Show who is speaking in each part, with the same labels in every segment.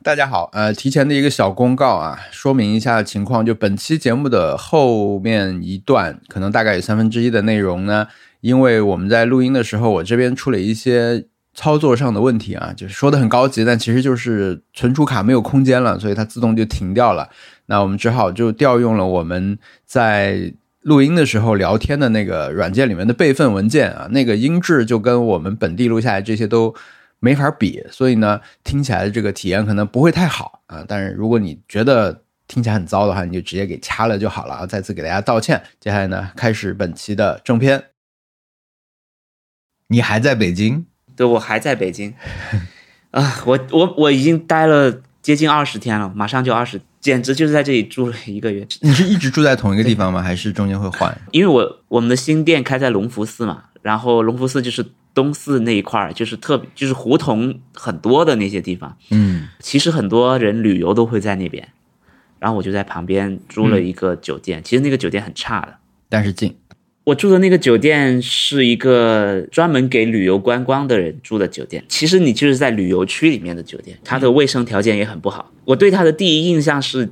Speaker 1: 大家好，呃，提前的一个小公告啊，说明一下情况。就本期节目的后面一段，可能大概有三分之一的内容呢，因为我们在录音的时候，我这边出了一些操作上的问题啊，就是说的很高级，但其实就是存储卡没有空间了，所以它自动就停掉了。那我们只好就调用了我们在录音的时候聊天的那个软件里面的备份文件啊，那个音质就跟我们本地录下来这些都没法比，所以呢，听起来的这个体验可能不会太好啊。但是如果你觉得听起来很糟的话，你就直接给掐了就好了啊。再次给大家道歉。接下来呢，开始本期的正片。
Speaker 2: 你还在北京？
Speaker 3: 对我还在北京啊，我我我已经待了接近二十天了，马上就二十，简直就是在这里住了一个月。
Speaker 2: 你是一直住在同一个地方吗？还是中间会换？
Speaker 3: 因为我我们的新店开在龙福寺嘛，然后龙福寺就是东寺那一块儿，就是特别就是胡同很多的那些地方。
Speaker 2: 嗯，
Speaker 3: 其实很多人旅游都会在那边，然后我就在旁边租了一个酒店，其实那个酒店很差的。
Speaker 1: 但是近，
Speaker 3: 我住的那个酒店是一个专门给旅游观光的人住的酒店，其实你就是在旅游区里面的酒店，它的卫生条件也很不好。我对它的第一印象是，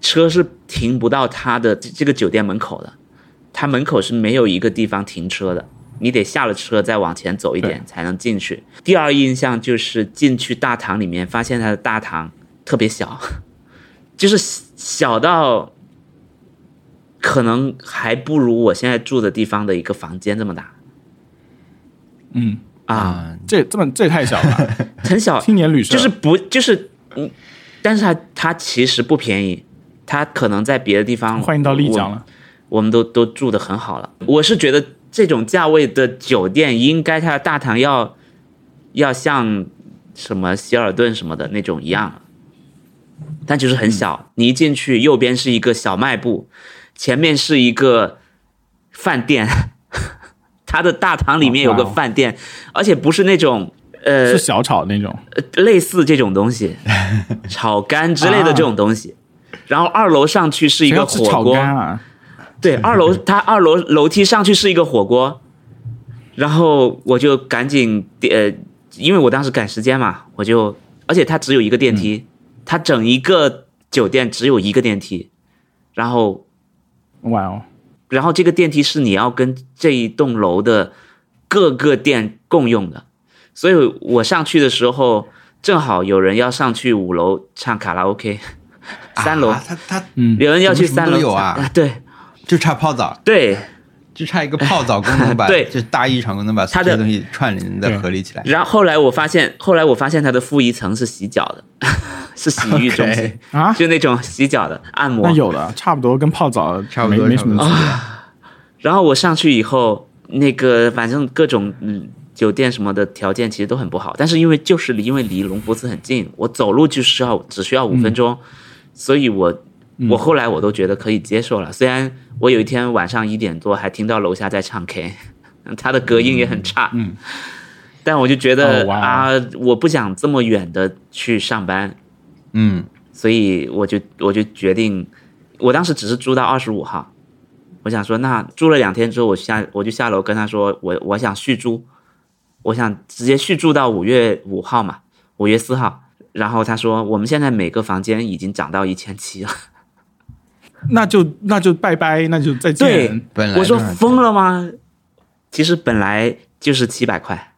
Speaker 3: 车是停不到它的这这个酒店门口的，它门口是没有一个地方停车的，你得下了车再往前走一点才能进去。第二印象就是进去大堂里面，发现它的大堂特别小， 就是小到可能还不如我现在住的地方的一个房间这么大
Speaker 4: 嗯，
Speaker 3: 啊，
Speaker 4: 这这么这也太 小了，
Speaker 3: 很小，
Speaker 4: 青年旅社
Speaker 3: 就是不就是嗯，但是它它其实不便宜，它可能在别的地方
Speaker 4: 欢迎到丽江了。
Speaker 3: 我，我们都都住的很好了。我是觉得这种价位的酒店，应该它的大堂要要像什么希尔顿什么的那种一样，但就是
Speaker 4: 嗯
Speaker 3: 很小。你一进去，右边是一个小卖部，前面是一个饭店。 它的大堂里面有个
Speaker 4: 哇哦
Speaker 3: 饭店，而且不是那种呃
Speaker 4: 是小炒那种，
Speaker 3: 类似这种东 西，炒肝之类的这种东西。然后二楼上去是一
Speaker 4: 谁
Speaker 3: 个
Speaker 4: 要吃
Speaker 3: 火
Speaker 4: 炒
Speaker 3: 锅，
Speaker 4: 肝啊！
Speaker 3: 对，二楼它二楼楼梯上去是一个火锅，然后我就赶紧呃，因为我当时赶时间嘛，我就而且它只有一个电
Speaker 4: 嗯
Speaker 3: 梯，它整一个酒店只有一个电梯，然后
Speaker 4: 哇哦，
Speaker 3: 然后这个电梯是你要跟这一栋楼的各个店共用的，所以我上去的时候正好有人要上去五楼唱卡拉 OK，三楼、
Speaker 2: 啊、他他
Speaker 4: 嗯，
Speaker 3: 有人要去三
Speaker 2: 什
Speaker 3: 楼
Speaker 2: 么什么都有啊，
Speaker 3: 对
Speaker 2: 就差泡澡，
Speaker 3: 对，
Speaker 2: 就差一个泡澡功能把，
Speaker 3: 对
Speaker 2: 就大一场功能把所
Speaker 3: 他
Speaker 2: 有
Speaker 3: 的
Speaker 2: 东西串联在
Speaker 4: 对
Speaker 2: 合理起来。
Speaker 3: 然后后来我发现，后来我发现它的负一层是洗脚的， 是洗浴中心
Speaker 2: OK
Speaker 4: 啊，
Speaker 3: 就那种洗脚的按摩
Speaker 4: 那。有的差不多跟泡澡
Speaker 2: 差不多
Speaker 4: 没没什么
Speaker 2: 差
Speaker 4: 区
Speaker 2: 不
Speaker 4: 别。
Speaker 3: 然后我上去以后，那个反正各种嗯酒店什么的条件其实都很不好，但是因为就是因为离龙福寺很近，我走路就需要只需要五分
Speaker 4: 嗯
Speaker 3: 钟，所以我我后来我都觉得可以接受了。虽然我有一天晚上一点多还听到楼下在唱 K，他 的隔音也很差，
Speaker 4: 嗯
Speaker 3: 但我就觉得、
Speaker 4: 哦哇
Speaker 3: 啊，我不想这么远的去上班，
Speaker 2: 嗯，
Speaker 3: 所以我就我就决定，我当时只是租到二十五号，我想说那住了两天之后，我下我就下楼跟他说我我想续租，我想直接续住到五月五号嘛，五月四号。然后他说我们现在每个房间已经涨到一千七了，
Speaker 4: 那就那就拜拜，那就再见
Speaker 3: 对。
Speaker 2: 本来
Speaker 3: 我说
Speaker 2: 就是
Speaker 3: 疯了吗？其实本来就是七百块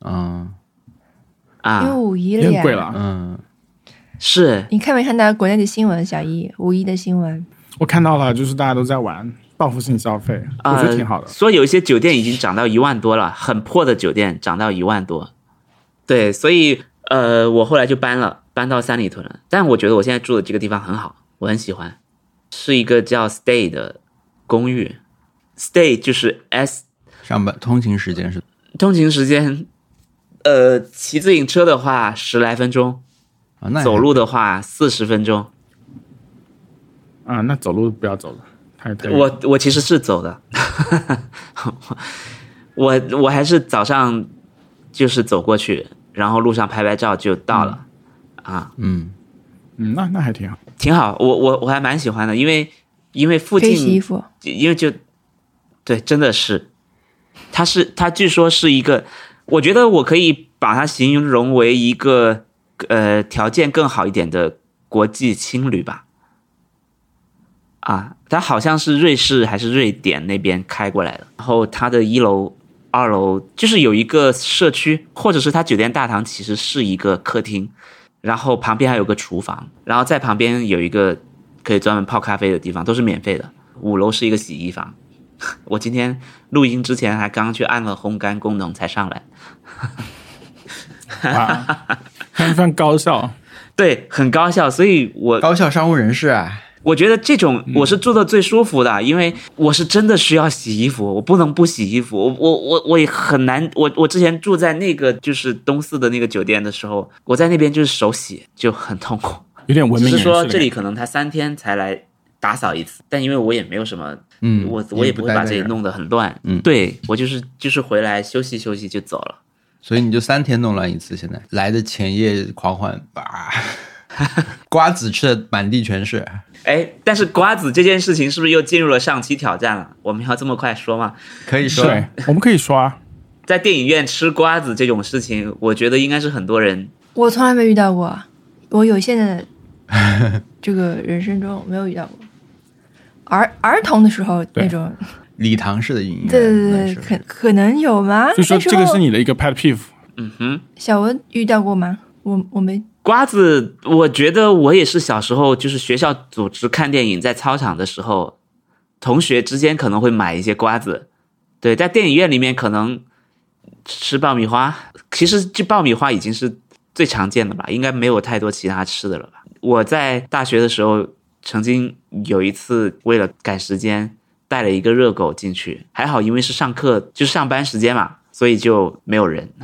Speaker 2: 嗯
Speaker 5: 因为
Speaker 3: 啊，
Speaker 5: 五一
Speaker 4: 有
Speaker 5: 了
Speaker 4: 点
Speaker 5: 呀，
Speaker 4: 贵了。啊！
Speaker 2: 嗯，
Speaker 3: 是
Speaker 5: 你看没看到国内的新闻？小一五一的新闻，
Speaker 4: 我看到了，就是大家都在玩报复性消费，我
Speaker 5: 呃
Speaker 3: 啊，
Speaker 4: 觉得挺好的。
Speaker 3: 说有一些酒店已经涨到一万多了，很破的酒店涨到一万多。对，所以呃，我后来就搬了，搬到三里屯了。但我觉得我现在住的这个地方很好，我很喜欢，是一个叫 Stay 的公寓。Stay 就是 S
Speaker 2: 上班通勤时间是
Speaker 3: 通勤时间，呃，骑自行车的话十来分钟，
Speaker 2: 啊，那也
Speaker 3: 走路的话四十分钟。
Speaker 4: 啊，那走路不要走了，太太
Speaker 3: 我我其实是走的， 我我还是早上就是走过去，然后路上拍拍照就到了，啊，
Speaker 2: 嗯
Speaker 4: 嗯，那那还挺好。
Speaker 3: 挺好，我我我还蛮喜欢的，因为因为附
Speaker 5: 可以洗衣
Speaker 3: 近，
Speaker 5: 服。
Speaker 3: 因为就对，真的是，它是它据说是一个，我觉得我可以把它形容为一个呃条件更好一点的国际青旅吧。啊，它好像是瑞士还是瑞典那边开过来的。然后它的一楼、二楼就是有一个社区，或者是它酒店大堂其实是一个客厅，然后旁边还有个厨房，然后在旁边有一个可以专门泡咖啡的地方，都是免费的。五楼是一个洗衣房。 我今天录音之前还刚去按了烘干功能才上来，
Speaker 4: 哇，还算啊高效，
Speaker 3: 对，很高效，所以我
Speaker 2: 高效商务人士啊，
Speaker 3: 我觉得这种我是住的最舒服的，因为我是真的需要洗衣服，我不能不洗衣服。我我我我也很难。我我之前住在那个就是东四的那个酒店的时候，我在那边就是手洗就很痛苦。
Speaker 4: 有点文
Speaker 3: 只
Speaker 4: 明
Speaker 3: 是
Speaker 4: 人士
Speaker 3: 说
Speaker 4: 的
Speaker 3: 这
Speaker 4: 感
Speaker 3: 里
Speaker 4: 觉。
Speaker 3: 可能他三天才来打扫一次，但因为我也没有什么，
Speaker 2: 嗯
Speaker 3: 我我也
Speaker 1: 不
Speaker 3: 不会
Speaker 1: 待
Speaker 3: 把
Speaker 1: 在
Speaker 3: 这里
Speaker 1: 这儿
Speaker 3: 弄得很乱。
Speaker 2: 嗯
Speaker 3: 对我就是就是回来休息休息就走了。
Speaker 2: 所以你就三天弄乱一次，现在来的前夜狂欢，哇， 瓜子吃的满地全是。
Speaker 3: 哎，但是瓜子这件事情是不是又进入了上期挑战了？我们要这么快说吗？
Speaker 2: 可以说，
Speaker 4: 对，我们可以刷，
Speaker 3: 在电影院吃瓜子这种事情，我觉得应该是很多人
Speaker 5: 我从来没遇到过，我有限的这个人生中没有遇到过。儿儿童的时候
Speaker 4: 对
Speaker 5: 那种，
Speaker 2: 礼堂式的营业，
Speaker 5: 对对对，
Speaker 2: 那
Speaker 5: 可
Speaker 2: 是
Speaker 5: 可能有吗？
Speaker 4: 就说
Speaker 5: 嗯那时
Speaker 4: 这个
Speaker 5: 候
Speaker 4: 是你的一个 pet peeve，
Speaker 3: 嗯哼，
Speaker 5: 小文遇到过吗？我我没
Speaker 3: 瓜子，我觉得我也是小时候，就是学校组织看电影，在操场的时候，同学之间可能会买一些瓜子。对，在电影院里面可能吃爆米花，其实这爆米花已经是最常见的吧，应该没有太多其他吃的了吧。我在大学的时候，曾经有一次为了赶时间，带了一个热狗进去，还好因为是上课，就上班时间嘛，所以就没有人。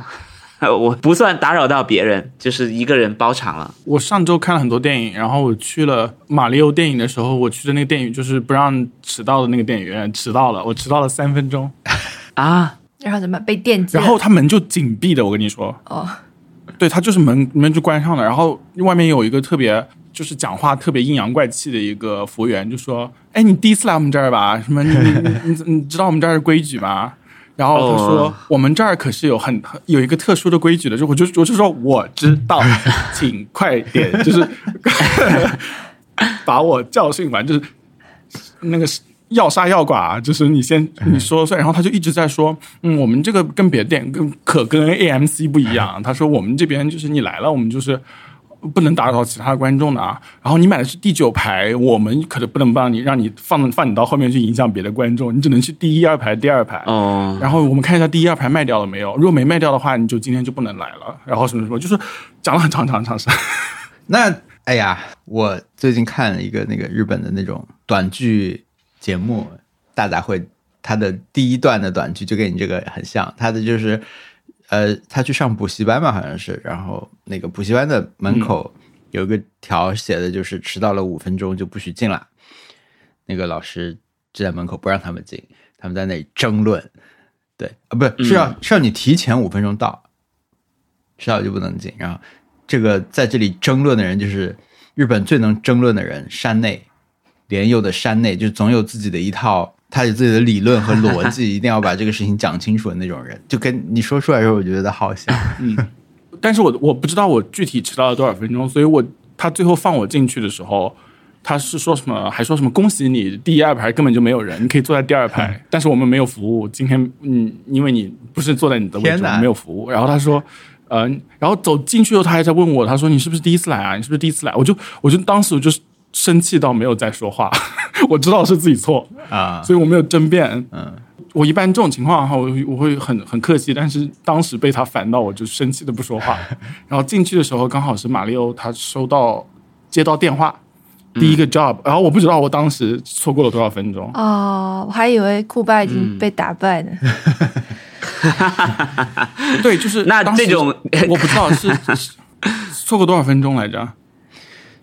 Speaker 3: 我不算打扰到别人，就是一个人包场了。
Speaker 4: 我上周看了很多电影，然后我去了马里奥电影的时候，我去的那个电影就是不让迟到的那个电影院，迟到了，我迟到了三分钟，
Speaker 3: 啊，
Speaker 5: 然后怎么被电击了？
Speaker 4: 然后他门就紧闭的，我跟你说，
Speaker 5: 哦，
Speaker 4: 对，他就是门门就关上了，然后外面有一个特别就是讲话特别阴阳怪气的一个服务员，就说：“哎，你第一次来我们这儿吧？什么你你你你知道我们这儿的规矩吗？”然后他说：“
Speaker 3: 哦
Speaker 4: 我们这儿可是有很很有一个特殊的规矩的。”就我就我就说我知道，请快点，就是 把我教训完，就是那个是要杀要剐，就是你先你说了算，然后他就一直在说，嗯，我们这个跟别的店跟可跟 AMC 不一样，他说我们这边就是你来了，我们就是不能打扰其他的观众的啊，然后你买的是第九排，我们可能不能帮你让你放放你到后面去影响别的观众，你只能去第一二排、第二排。
Speaker 3: 哦，
Speaker 4: 然后我们看一下第一二排卖掉了没有，如果没卖掉的话，你就今天就不能来了。然后什么什么，就是讲了很长长长时间。
Speaker 2: 那哎呀，我最近看了一个那个日本的那种短剧节目《大杂烩》，它的第一段的短剧就跟你这个很像，它的就是呃，他去上补习班嘛，好像是，然后那个补习班的门口有一个条写的就是迟到了五分钟就不许进了，那个老师就在门口不让他们进，他们在那里争论，对啊，不是是要、是要你提前五分钟到，迟到就不能进。然后这个在这里争论的人就是日本最能争论的人山内莲佑的山内，就总有自己的一套，他有自己的理论和逻辑，一定要把这个事情讲清楚的那种人。就跟你说出来的时候，我觉得好像
Speaker 4: 但是我我不知道我具体迟到了多少分钟，所以我他最后放我进去的时候，他是说什么，还说什么恭喜你，第一二排根本就没有人，你可以坐在第二
Speaker 2: 哎
Speaker 4: 排，但是我们没有服务，今天嗯，因为你不是坐在你的位置，
Speaker 2: 天
Speaker 4: 我
Speaker 2: 哪
Speaker 4: 们没有服务。然后他说。呃，然后走进去后，他还在问我，他说：“你是不是第一次来啊？你是不是第一次来？”我就，我就当时我就生气到没有再说话， 我知道是自己错，
Speaker 2: 啊，
Speaker 4: 所以我没有争辩。
Speaker 2: 嗯，
Speaker 4: 我一般这种情况的话，我我会很很客气，但是当时被他烦到，我就生气的不说话。 然后进去的时候，刚好是马里欧他收到接到电话，第一个 job，、然后我不知道我当时错过了多少分钟。
Speaker 5: 哦，我还以为库巴已经被打败呢。
Speaker 4: 对，就是
Speaker 3: 那
Speaker 4: 当时
Speaker 3: 这种
Speaker 4: 我不知道 是是错过多少分钟来着，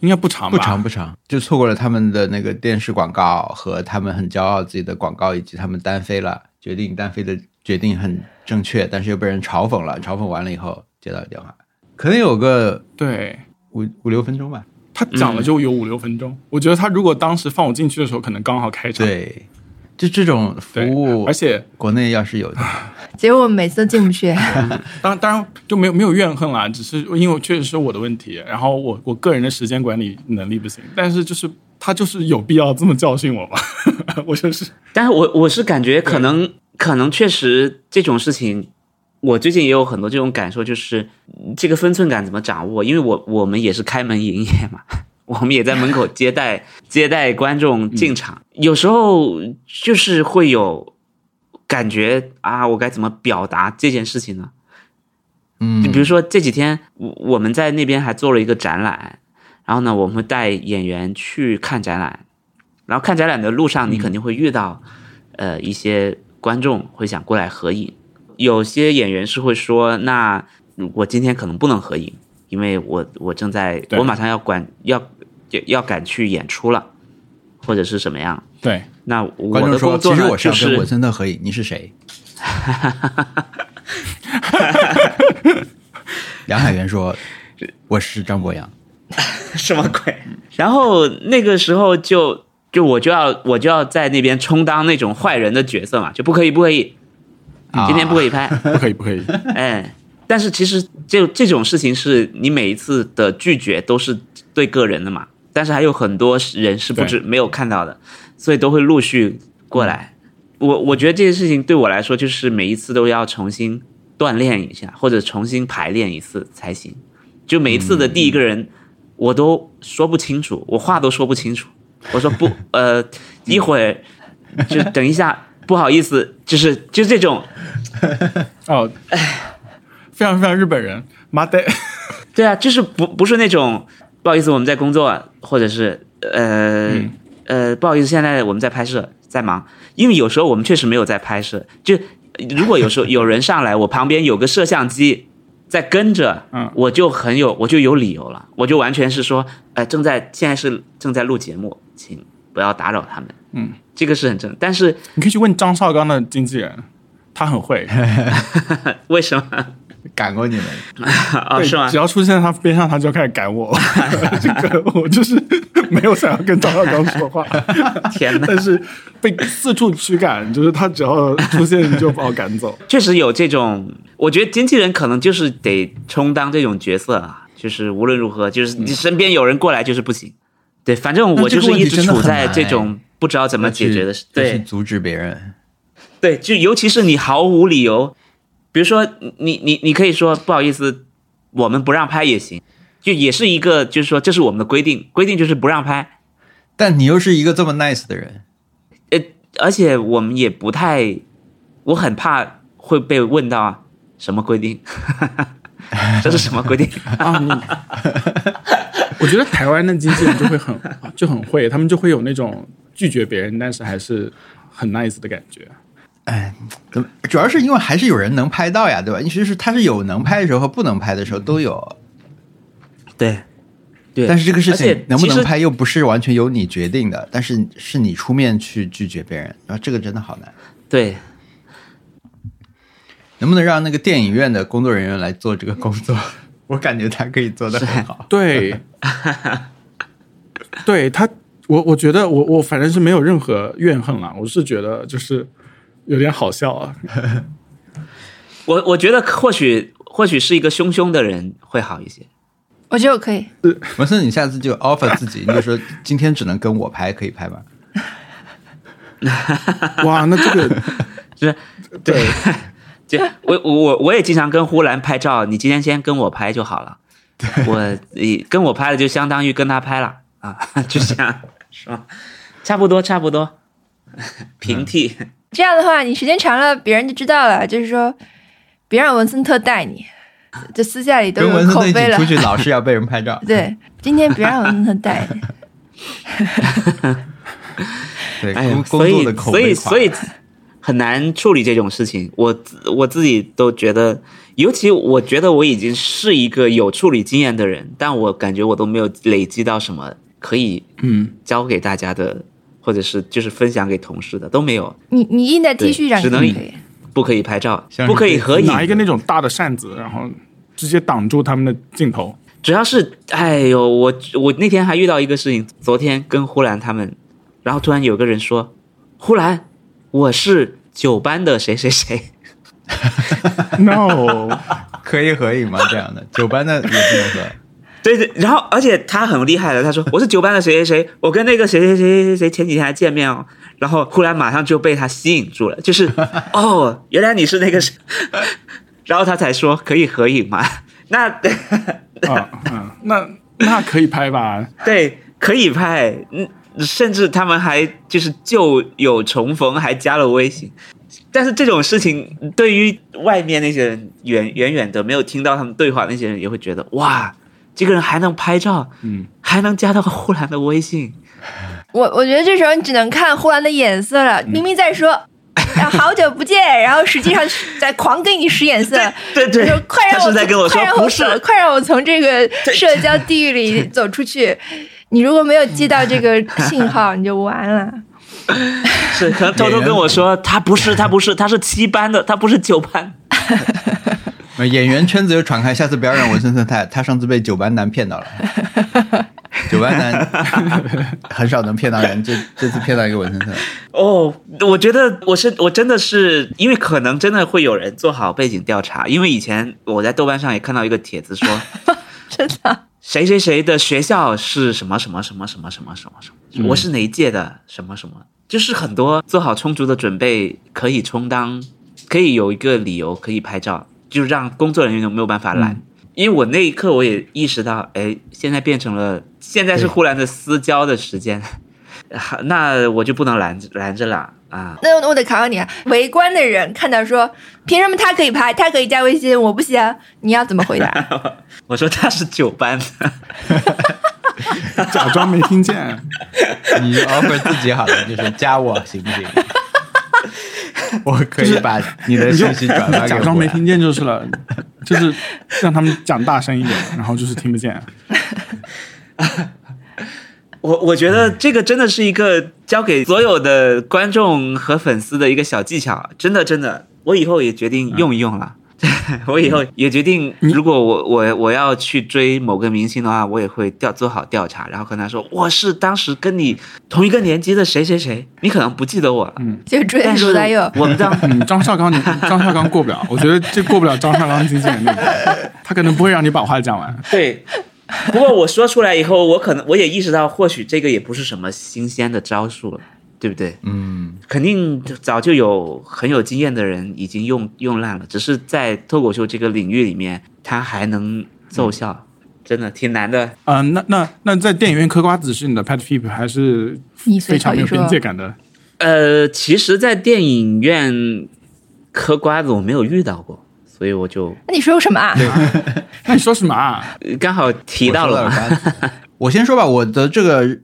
Speaker 4: 应该不长吧？
Speaker 2: 不长不长，就错过了他们的那个电视广告和他们很骄傲自己的广告，以及他们单飞了，决定单飞的决定很正确，但是又被人嘲讽了。嘲讽完了以后接到电话，可能有个
Speaker 4: 对。
Speaker 2: 五五六分钟吧。
Speaker 4: 嗯他讲了就有五六分钟，我觉得他如果当时放我进去的时候，可能刚好开场。
Speaker 2: 对，就这种服
Speaker 4: 对
Speaker 2: 务，，
Speaker 4: 而且
Speaker 2: 国内要是有的，
Speaker 5: 结果我每次都进 不去。
Speaker 4: 当然当然就没有没有怨恨啦，只是因为确实是我的问题，然后我我个人的时间管理能力不行，但是就是他就是有必要这么教训我吧， 我就是
Speaker 3: 但是我我是感觉可能可能确实这种事情，我最近也有很多这种感受，就是嗯这个分寸感怎么掌握？因为我我们也是开门营业嘛， 我们也在门口接待接待观众进场，有时候就是会有感觉啊，我该怎么表达这件事情呢？
Speaker 2: 嗯
Speaker 3: 就比如说这几天，我我们在那边还做了一个展览，然后呢，我们会带演员去看展览，然后看展览的路
Speaker 2: 嗯
Speaker 3: 上，你肯定会遇到，呃，一些观众会想过来合影，有些演员是会说，那我今天可能不能合影，因为我我正在，
Speaker 4: 对
Speaker 3: 我马上要管要要要赶去演出了，或者是什么样。
Speaker 4: 对
Speaker 3: 那我
Speaker 2: 观众
Speaker 3: 的
Speaker 2: 说，
Speaker 3: 工
Speaker 2: 其
Speaker 3: 作
Speaker 2: 实
Speaker 3: 呢，
Speaker 2: 我是
Speaker 3: 就
Speaker 2: 要跟
Speaker 3: 是
Speaker 2: 文森特合影，你是 谁？梁海源说，我是张博洋。
Speaker 3: 什么鬼？然后那个时候就就我就要我就要在那边充当那种坏人的角色嘛，就不可以不可以，今
Speaker 2: 啊
Speaker 3: 天不可以拍，
Speaker 4: 不可以不可以，
Speaker 3: 哎，但是其实这这种事情是你每一次的拒绝都是对个人的嘛，但是还有很多人是不知没有看到的，所以都会陆续过来。我我觉得这件事情对我来说，就是每一次都要重新锻炼一下，或者重新排练一次才行。就每一次的第一个人，我都说不清楚，我话都说不清楚。我说不，呃，一会儿就等一下，不好意思，就是就这种，
Speaker 4: 哦，非常非常日本人，妈的，
Speaker 3: 对啊，就是不不是那种不好意思，我们在工作，或者是呃、
Speaker 4: 嗯
Speaker 3: 呃不好意思，现在我们在拍摄，在忙，因为有时候我们确实没有在拍摄，就如果有 时候有人上来，我旁边有个摄像机在跟着，
Speaker 4: 嗯
Speaker 3: 我就很有我就有理由了，我就完全是说，呃，正在现在是正在录节目，请不要打扰他们，
Speaker 4: 嗯，
Speaker 3: 这个是很正，但是
Speaker 4: 你可以去问张绍刚的经纪人，他很会，
Speaker 3: 为什么
Speaker 2: 赶过你们，
Speaker 3: 啊、
Speaker 4: 对
Speaker 3: 是吗
Speaker 4: 只？要出现在他边上，他就开始赶我， 这个我就是没有想要跟张绍刚说话，
Speaker 3: 天哪！
Speaker 4: 但是被四处驱赶，就是他只要出现就把我赶走。
Speaker 3: 确实有这种，我觉得经纪人可能就是得充当这种角色啊，就是无论如何，就是你身边有人过来就是不行。对，反正我就是一直处在这种不知道怎么解决的
Speaker 2: 去
Speaker 3: 事，
Speaker 2: 去
Speaker 3: 哎对
Speaker 2: 阻止别人。
Speaker 3: 对，就尤其是你毫无理由，比如说你你你可以说不好意思，我们不让拍也行，就也是一个就是说这是我们的规定，规定就是不让拍，
Speaker 2: 但你又是一个这么 nice 的人，
Speaker 3: 呃而且我们也不太，我很怕会被问到啊，什么规定？ 这是什么规定？
Speaker 4: 啊，你 我觉得台湾的经纪人就会很 就很会，他们就会有那种拒绝别人，但是还是很 nice 的感觉。
Speaker 2: 哎，怎么？主要是因为还是有人能拍到呀，对吧？你就是他是有能拍的时候和不能拍的时候都有，
Speaker 3: 对，对
Speaker 2: 但是这个事
Speaker 3: 而且
Speaker 2: 情能不
Speaker 3: 其
Speaker 2: 能
Speaker 3: 实
Speaker 2: 拍又不是完全由你决定的，但是是你出面去拒绝别人，然后这个真的好难。
Speaker 3: 对，
Speaker 2: 能不能让那个电影院的工作人员来做这个工 作？我感觉他可以做得很好。
Speaker 4: 对， 对他，我我觉得我我反正是没有任何怨恨啦，我是觉得就是有点好 笑啊。
Speaker 3: 我我觉得或许或许是一个凶凶的人会好一些。
Speaker 5: 我觉得我可以，
Speaker 2: 文森，你下次就 offer 自己，你就说今天只能跟我拍，可以拍吗？
Speaker 4: 哇，那这个
Speaker 3: 就是
Speaker 4: 对，
Speaker 3: 就我我我我也经常跟呼兰拍照，你今天先跟我拍就好了。我你跟我拍了，就相当于跟他拍了啊， 就这样是吧？差不多差不多， 平替。
Speaker 5: 这样的话，你时间长了，别人就知道了，就是说，别让文森特带你， 就私下里都
Speaker 2: 跟
Speaker 5: 有
Speaker 2: 文森
Speaker 5: 口
Speaker 2: 特一
Speaker 5: 碑
Speaker 2: 起
Speaker 5: 了。
Speaker 2: 出。去，老是要被人拍照
Speaker 5: 对，今天别让文森特带你。
Speaker 2: 对，
Speaker 3: 哎呀
Speaker 2: 工工
Speaker 3: 所
Speaker 2: 作
Speaker 3: 以
Speaker 2: 的口
Speaker 3: 所
Speaker 2: 碑
Speaker 3: 以
Speaker 2: 垮
Speaker 3: 所以很难处理这种事情。我自我自己都觉得，尤其我觉得我已经是一个有处理经验的人，但我感觉我都没有累积到什么可以
Speaker 4: 嗯，
Speaker 3: 教给大家的，或者是就是分享给同事的都没有。
Speaker 5: 你 你印在 T
Speaker 3: 对
Speaker 5: 恤上
Speaker 3: 只
Speaker 5: 也
Speaker 3: 能
Speaker 5: 可
Speaker 3: 以
Speaker 5: 以。
Speaker 3: 不可以拍照
Speaker 2: 像，是
Speaker 3: 不可以合影，
Speaker 4: 拿一个那种大的扇子，然后直接挡住他们的镜头。
Speaker 3: 主要是，哎呦，我我那天还遇到一个事情，昨天跟呼兰他们，然后突然有个人说：“呼兰，我是九班的谁谁谁，
Speaker 4: No，
Speaker 2: 可以合影吗？这样的九班的也不能 合。
Speaker 3: 对对，然后而且他很厉害的，他说我是九班的谁谁谁，我跟那个谁谁谁谁谁前几天还见面哦，然后忽然马上就被他吸引住了，就是哦，原来你是那个谁，然后他才说可以合影嘛，那
Speaker 4: 啊，嗯，那那可以拍吧？
Speaker 3: 对可以拍，嗯，甚至他们还就是旧友重逢，还加了微信。但是这种事情对于外面那些人远远远的没有听到他们对话那些人也会觉得哇，这个人还能拍照，
Speaker 4: 嗯，
Speaker 3: 还能加到呼兰的微信，
Speaker 5: 我我觉得这时候你只能看呼兰的眼色了，
Speaker 3: 嗯
Speaker 5: 明明在说。啊好久不见，然后实际上在狂跟你使眼色，
Speaker 3: 对 对对
Speaker 5: 就是快让
Speaker 3: 他
Speaker 5: 我
Speaker 3: 是在跟我说
Speaker 5: 快让我
Speaker 3: 不是
Speaker 5: 走，快让我从 这个社交地狱里走出去。你如果没有接到这个信 号，你就完了。
Speaker 3: 是可能偷偷跟我说他不是他不是他是七班的，他不是九班。
Speaker 2: 没有演员圈子又传开，下次不要让文森特太，他上次被九班男骗 到了。九班男 很少能骗到人，这这次骗到一个文森特。
Speaker 3: 哦，我觉得我是我真的是，因为可能真的会有人做好背景调查，因为以前我在豆瓣上也看到一个帖子说，
Speaker 5: 真的，
Speaker 3: 谁谁谁的学校是什么什么什么什么什么什么什么什么，我是哪一届的什么什么，就是很多做好充足的准备，可以充当，可以有一个理由可以拍照，就让工作人员没有办法拦。因为我那一刻我也意识到，哎，现在变成了现在是忽然的私交的时间，那我就不能拦拦着了啊！
Speaker 5: 那我我得考考你啊！围观的人看到说，凭什么他可以拍，他可以加微信，我不行？你要怎么回 答？
Speaker 3: 我说他是九班的，
Speaker 4: 假装没听见。
Speaker 2: 你 offer 自己好了，就是加我行不 行？我可以把你的
Speaker 4: 你就
Speaker 2: 信息转发给
Speaker 4: 假
Speaker 2: 我。啊
Speaker 4: 装没听见就是了， 就是让他们讲大声一点，然后就是听不见。
Speaker 3: 我我觉得这个真的是一个交给所有的观众和粉丝的一个小技巧，真的真的，我以后也决定用一用了。 我以后也决定，如果我我我要去追某个明星的话，我也会调做好调查，然后跟他说我是当时跟你同一个年级的谁谁谁，你可能不记得我了，
Speaker 5: 就追
Speaker 3: 但是
Speaker 5: 罗大佑，
Speaker 3: 我们当
Speaker 4: 嗯，张绍刚你张绍刚过不了，我觉得这过不了张绍刚经纪人那关，他可能不会让你把话讲完。
Speaker 3: 对，不过我说出来以后，我可能我也意识到，或许这个也不是什么新鲜的招数了，对不对？
Speaker 2: 嗯，
Speaker 3: 肯定早就有很有经验的人已经用用烂了，只是在脱口秀这个领域里面，它还能奏效，
Speaker 2: 嗯
Speaker 3: 真的挺难的。
Speaker 4: 嗯、那那那在电影院嗑瓜子是你的 pet peeve 还是
Speaker 5: 你随
Speaker 4: 非常
Speaker 5: 口
Speaker 4: 没
Speaker 5: 一
Speaker 4: 有边
Speaker 5: 说。
Speaker 4: 界感的？
Speaker 3: 呃，其实，在电影院嗑瓜子我没有遇到过，所以我就
Speaker 5: 那你说什么啊？
Speaker 4: 那你说什么啊？
Speaker 3: 呃刚好提
Speaker 2: 我
Speaker 3: 到
Speaker 2: 收
Speaker 3: 了
Speaker 2: 了
Speaker 3: 嘛。
Speaker 2: 瓜子。 我先说吧，我的这个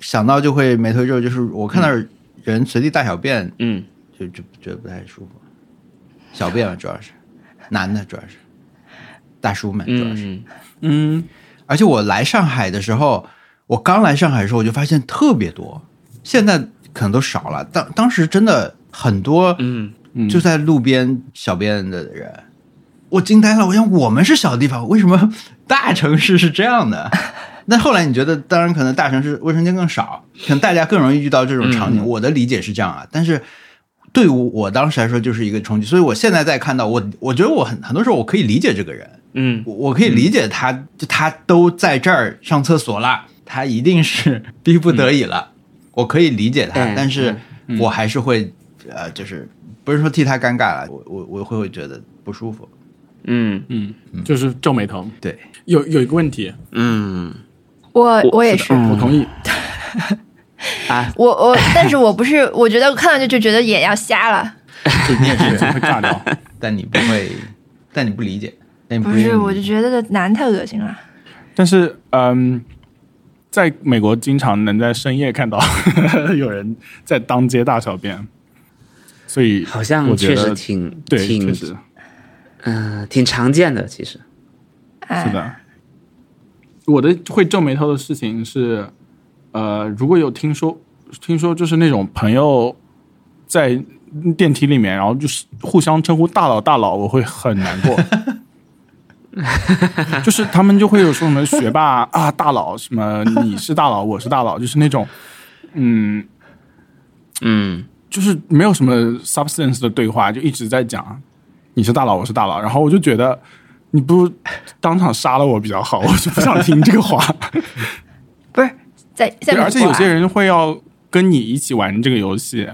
Speaker 2: 想到就会眉头一皱，就是我看到
Speaker 4: 嗯
Speaker 2: 人随地大小便，
Speaker 3: 嗯，
Speaker 2: 就就觉得不太舒服。小便嘛，主要是男的，主要是大叔们，主要是。
Speaker 3: 嗯，
Speaker 4: 嗯，
Speaker 2: 而且我来上海的时候，我刚来上海的时候，我就发现特别多，现在可能都少了。当当时真的很多，
Speaker 3: 嗯，
Speaker 2: 就在路边小便的人，我惊呆了。我想我们是小地方，为什么大城市是这样的？那后来你觉得，当然可能大城市卫生间更少，可能大家更容易遇到这种场景。我的理解是这样啊，但是对我我当时来说就是一个冲击，所以我现在再看到我，我觉得我很很多时候我可以理解这个人，
Speaker 3: 嗯，
Speaker 2: 我我可以理解他，就他都在这儿上厕所了，他一定是 逼不得已了，我可以理解他，
Speaker 3: 嗯
Speaker 2: 但是我还是会，呃，就是不是说替他尴尬了，我我我会觉得不舒服。
Speaker 3: 嗯，
Speaker 4: 嗯，就是皱眉头。
Speaker 2: 对，
Speaker 4: 有有一个问题，
Speaker 3: 嗯，
Speaker 5: 我我
Speaker 4: 的
Speaker 5: 也
Speaker 2: 嗯
Speaker 5: 是，
Speaker 4: 我同意。
Speaker 2: 哎
Speaker 3: 啊，
Speaker 5: 我我，但是我不是，我觉得我看到这就觉得眼要瞎了。
Speaker 4: 就你也是会尬聊。
Speaker 2: 但你不会，但你不理解，但
Speaker 4: 嗯
Speaker 2: 你
Speaker 5: 不
Speaker 2: 愿
Speaker 5: 是，
Speaker 2: 意
Speaker 5: 我就觉得男太恶心了。
Speaker 4: 但是，嗯，在美国经常能在深夜看到 有人在当街大小便，所以
Speaker 3: 好像
Speaker 4: 我觉
Speaker 3: 确实
Speaker 4: 得
Speaker 3: 挺
Speaker 4: 对，
Speaker 3: 挺
Speaker 4: 确实
Speaker 3: 嗯、挺常见的，其实。
Speaker 5: 哎，
Speaker 4: 是的。我的会皱眉头的事情是，呃，如果有听说听说就是那种朋友在电梯里面，然后就是互相称呼大佬大佬，我会很难 过。就是他们就会有说什么学霸 啊大佬，什么你是大佬，我是大佬，就是那种，嗯，
Speaker 3: 嗯
Speaker 4: 就是没有什么 substance 的对话，就一直在讲你是大佬，我是大佬，然后我就觉得你不如当场杀了我比较好，我就不想听这个话。
Speaker 5: 不是在
Speaker 4: 对，
Speaker 5: 在美国啊、
Speaker 4: 而且有些人会要跟你一起玩这个游戏。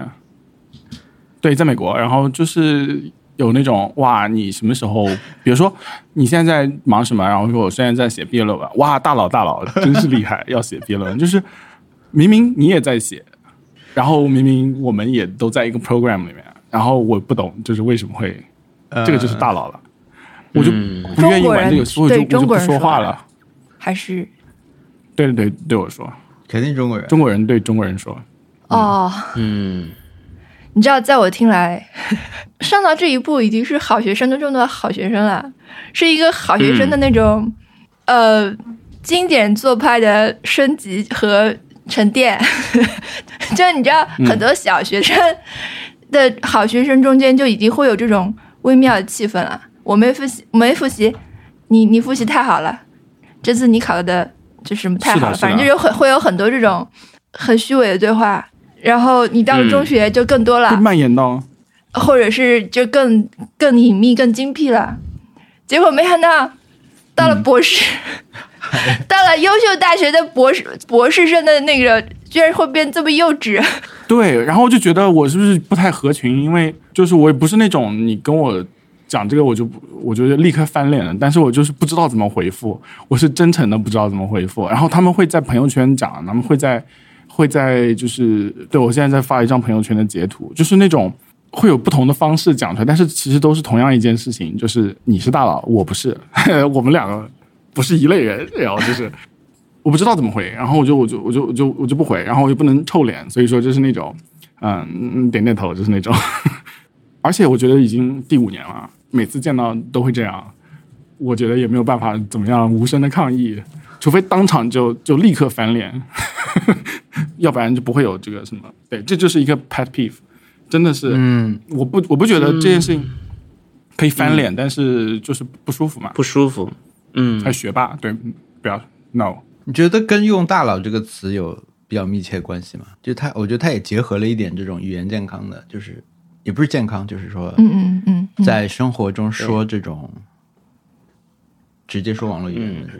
Speaker 4: 对，在美国，然后就是有那种哇，你什么时候，比如说你现在在忙什么，然后说我现在在写毕业论文，哇，大佬大佬，真是厉害，要写毕业论文，就是明明你也在写，然后明明我们也都在一个 program 里面，然后我不懂，就是为什么会，这个就是大佬了，我就不愿意玩这个游戏，我就
Speaker 5: 对
Speaker 4: 我就
Speaker 5: 中国
Speaker 4: 不
Speaker 5: 人
Speaker 4: 说话
Speaker 5: 说
Speaker 4: 了。
Speaker 5: 还是
Speaker 4: 对对对，对我说，
Speaker 2: 肯定中国人。
Speaker 4: 中国人对中国人说，
Speaker 5: 哦，
Speaker 3: 嗯，
Speaker 5: 你知道，在我听来， 上到这一步已经是好学生中的好学生了，是一个好学
Speaker 4: 嗯
Speaker 5: 生的那种、呃经典做派的升级和沉淀。 就你知道，很多小学生的好学生中间就已经会有这种微妙的气氛了。我没复习，我没复习，你你复习太好了，这次你考的就是太好了，
Speaker 4: 是的是的
Speaker 5: 反正就有很会有很多这种很虚伪的对话。然后你到了中学就更多了，
Speaker 4: 会蔓延到
Speaker 5: 或者是就更更隐秘、更精辟了。结果没想到，到了博士，到了优秀大学的博士博士生的那个，居然会变这么幼稚。
Speaker 4: 对，然后我就觉得我是不是不太合群，因为就是我也不是那种你跟我讲这个我就不我觉得立刻翻脸了，但是我就是不知道怎么回复，我是真诚的不知道怎么回复。然后他们会在朋友圈讲，他们会在会在就是对我现在在发一张朋友圈的截图，就是那种会有不同的方式讲出来，但是其实都是同样一件事情，就是你是大佬，我不是， 我们两个不是一类人，然后就是。 我不知道怎么回，然后我就我就我就我就我就不回，然后我又不能臭脸，所以说就是那种，嗯嗯，点点头就是那种。 而且我觉得已经第五年了，每次见到都会这样，我觉得也没有办法怎么样无声的抗议，除非当场就就立刻翻脸， 要不然就不会有这个什么。对，这就是一个 pet peeve，真的是，
Speaker 2: 嗯，
Speaker 4: 我不我不觉得这件事情可以翻脸，但是就是不舒服嘛。
Speaker 3: 不舒服。嗯
Speaker 4: 还有哎学霸，对，不要 no。
Speaker 2: 你觉得跟用“大佬”这个词有比较密切关系吗？就他，我觉得他也结合了一点这种语言健康的，就是也不是健康，就是说
Speaker 5: 嗯嗯嗯嗯，
Speaker 2: 在生活中说这种直接说网络语言的这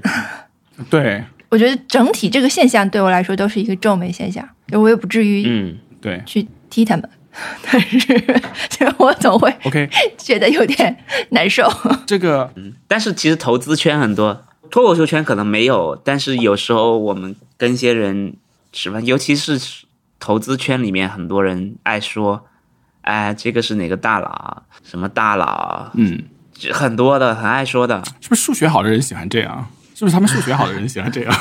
Speaker 2: 种。
Speaker 4: 对
Speaker 5: 我觉得整体这个现象对我来说都是一个皱眉现象，就我也不至于
Speaker 3: 嗯，
Speaker 4: 对
Speaker 5: 去踢他们， 但是 就我总会
Speaker 4: ，OK，
Speaker 5: 觉得有点难受。
Speaker 4: 这个
Speaker 3: 但是其实投资圈很多，脱口秀圈可能没有，但是有时候我们跟一些人吃饭，尤其是投资圈里面，很多人爱说，哎，这个是哪个大佬啊，什么大佬啊，
Speaker 4: 嗯，
Speaker 3: 这很多的，很爱说的，
Speaker 4: 是不是数学好的人喜欢这样？是不是他们数学好的人喜欢这 样？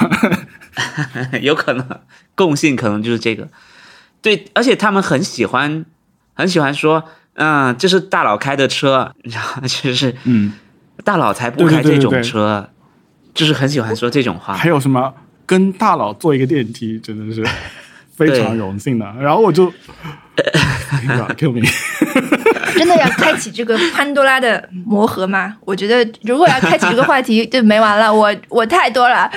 Speaker 3: 有可能共性可能就是这个。对，而且他们很喜欢，很喜欢说，嗯，这是大佬开的车，你知道吗，就是
Speaker 4: 嗯，
Speaker 3: 大佬才不
Speaker 4: 对对
Speaker 3: 开
Speaker 4: 对
Speaker 3: 这
Speaker 4: 对
Speaker 3: 种
Speaker 4: 对
Speaker 3: 车，就是很喜欢说这种话
Speaker 4: 还。有什么跟大佬坐一个电梯，真 的是非常荣幸的。然后我就哎，Q 明，
Speaker 5: 真的要开启这个潘多拉的魔盒吗？我觉得如果要开启这个话题，就没完了。我我太多了，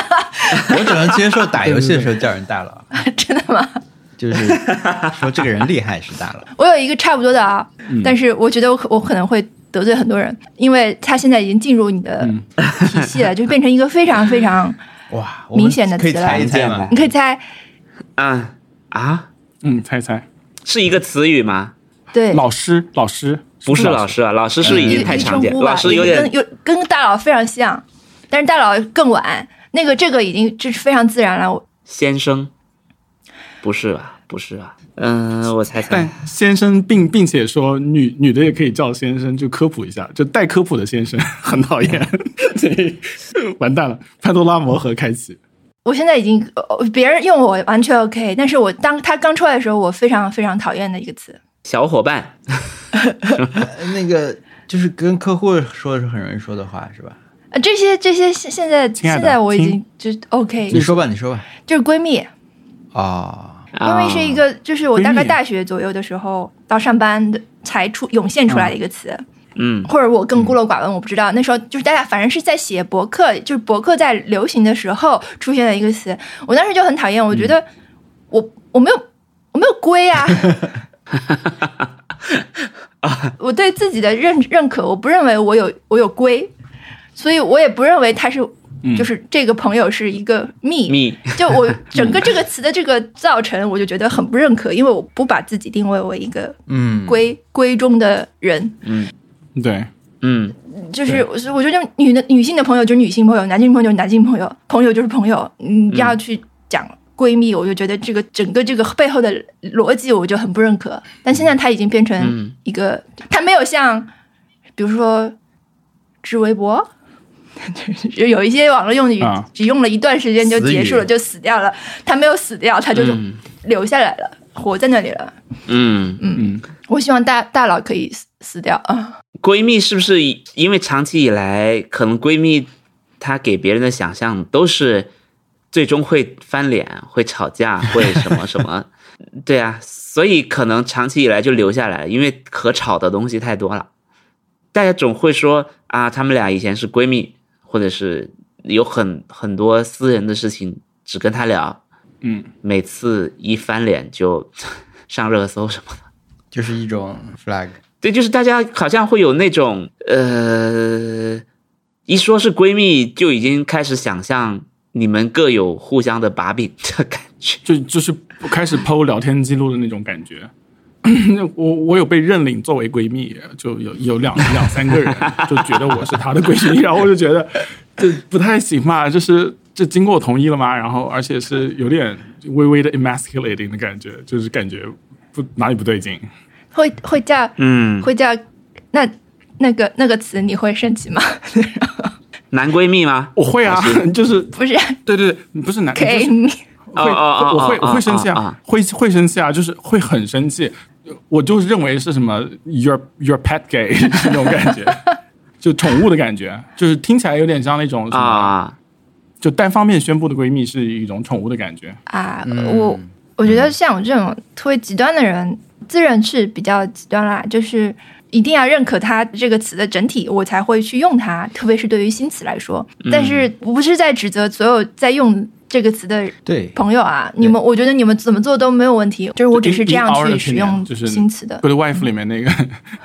Speaker 2: 我只能接受打游戏的时候叫人大 佬，
Speaker 5: 真的吗？
Speaker 2: 就是说这个人厉害是大佬。
Speaker 5: 我有一个差不多的啊，
Speaker 3: 嗯
Speaker 5: 但是我觉得我可我可能会得罪很多人，因为他现在已经进入你的
Speaker 3: 嗯
Speaker 5: 体系了，就 变成一个非常非常，
Speaker 2: 哇，我们
Speaker 5: 明显的
Speaker 2: 可以
Speaker 5: 词了
Speaker 2: 猜一猜
Speaker 3: 嗯
Speaker 2: 吗
Speaker 5: 你？可以猜，
Speaker 3: 啊啊，
Speaker 4: 嗯，猜一猜，
Speaker 3: 是一个词语吗？
Speaker 5: 对，
Speaker 4: 老师，老师
Speaker 3: 不是老
Speaker 4: 老师，嗯
Speaker 3: 师啊，老师是已
Speaker 5: 一
Speaker 3: 经
Speaker 5: 个
Speaker 3: 太
Speaker 5: 一
Speaker 3: 常
Speaker 5: 称
Speaker 3: 见，
Speaker 5: 呼吧，
Speaker 3: 老师有
Speaker 5: 跟
Speaker 3: 点
Speaker 5: 有跟大佬非常像，但是大佬更晚。那个这个已经就是非常自然了，我
Speaker 3: 先生，不是吧？不是吧？嗯、我猜猜
Speaker 4: 但，先生并并且说女女的也可以叫先生，就科普一下，就带科普的先生 很讨厌，
Speaker 3: 嗯
Speaker 4: 这完蛋了，潘多拉魔盒开启。
Speaker 5: 我现在已经呃别人用我完全 OK，但是我当他刚出来的时候，我非常非常讨厌的一个词，
Speaker 3: 小伙伴，
Speaker 2: 呃那个就是跟客户说是很容易说的话，是吧？
Speaker 5: 呃，这些这些现现在
Speaker 4: 亲爱
Speaker 5: 现
Speaker 4: 的
Speaker 5: 在我已经
Speaker 4: 亲嗯
Speaker 5: 就 OK，
Speaker 2: 你说吧，你说吧。
Speaker 5: 就是闺蜜，
Speaker 2: 啊、
Speaker 5: 因为是一个，就是我大
Speaker 4: 闺
Speaker 5: 概
Speaker 4: 蜜
Speaker 5: 大学左右的时候到上班的才出涌现出来的一个词，
Speaker 3: 嗯
Speaker 5: 或者我更孤陋寡闻，我不知道。那时候就是大家反正是在写博客，就是博客在流行的时候出现的一个词，我当时就很讨厌，我觉得我、我没有我没有龟啊，我对自己的认认可，我不认为我有我有龟，所以我也不认为他是，就是这个朋友是一个蜜。
Speaker 3: 蜜
Speaker 5: 就我整个这个词的这个造成，我就觉得很不认可，因为我不把自己定位为一个
Speaker 2: 嗯，
Speaker 5: 龟龟中的人，
Speaker 4: 对，
Speaker 3: 嗯，
Speaker 5: 就是我我觉得女的女性的朋友就是女性朋友，男性朋友就是男性朋友，朋友就是朋友，你不要去讲闺蜜，我就觉得这个整个这个背后的逻辑我就很不认可。但现在它已经变成一个，它没有像比如说知微博。就有一些网络用语
Speaker 4: 啊，
Speaker 5: 只用了一段时间就结束了，
Speaker 2: 死语
Speaker 5: 就死掉了。它没有死掉，它就是
Speaker 3: 嗯
Speaker 5: 留下来了，活在那里了。
Speaker 3: 嗯，
Speaker 5: 我希望大大佬可以死死掉啊！
Speaker 3: 闺蜜是不是因为长期以来，可能闺蜜她给别人的想象都是最终会翻脸、会吵架、会什么什么？对啊，所以可能长期以来就留下来了，因为可吵的东西太多了。大家总会说啊，她们俩以前是闺蜜，或者是有很很多私人的事情只跟她聊，
Speaker 4: 嗯，
Speaker 3: 每次一翻脸就上热搜什么的。
Speaker 2: 就是一种 flag，
Speaker 3: 对，就是大家好像会有那种呃，一说是闺蜜，就已经开始想象你们各有互相的把柄的感觉。
Speaker 4: 就就是开始剖聊天记录的那种感觉。我我有被认领作为闺蜜，就有有两两三个人就觉得我是她的闺蜜，然后我就觉得这不太行吧，就是这经过我同意了吗？然后而且是有点微微的 emasculating 的感觉，就是感觉不哪里不对劲。
Speaker 5: 会会叫
Speaker 3: 嗯，
Speaker 5: 会叫那那个那个词，你会生气吗？
Speaker 3: 男闺蜜吗？
Speaker 4: 我会啊，就是
Speaker 5: 不是
Speaker 4: 对对对，不是男，就
Speaker 5: K
Speaker 4: 是
Speaker 5: 你
Speaker 3: 哦
Speaker 4: 会，
Speaker 3: 哦哦
Speaker 4: 会我会
Speaker 3: 哦哦
Speaker 4: 我会生气
Speaker 3: 哦哦
Speaker 4: 啊，会会生气啊，就是会很生气。我就认为是什么 your your pet gay 那种感觉，就宠物的感觉，就是听起来有点像那种什么，
Speaker 3: 啊，
Speaker 4: 就单方面宣布的闺蜜是一种宠物的感觉。
Speaker 5: 啊！我我觉得像我这种特别极端的人，自认是比较极端啦，就是一定要认可它这个词的整体，我才会去用它，特别是对于新词来说。但是我不是在指责所有在用这个词的
Speaker 2: 对，
Speaker 5: 朋友啊，你们我觉得你们怎么做都没有问题，就是我只是这样
Speaker 4: In- in our
Speaker 5: 去使
Speaker 4: opinion，
Speaker 5: 用
Speaker 4: 就是
Speaker 5: 新词的。
Speaker 4: Good Wife 里面那个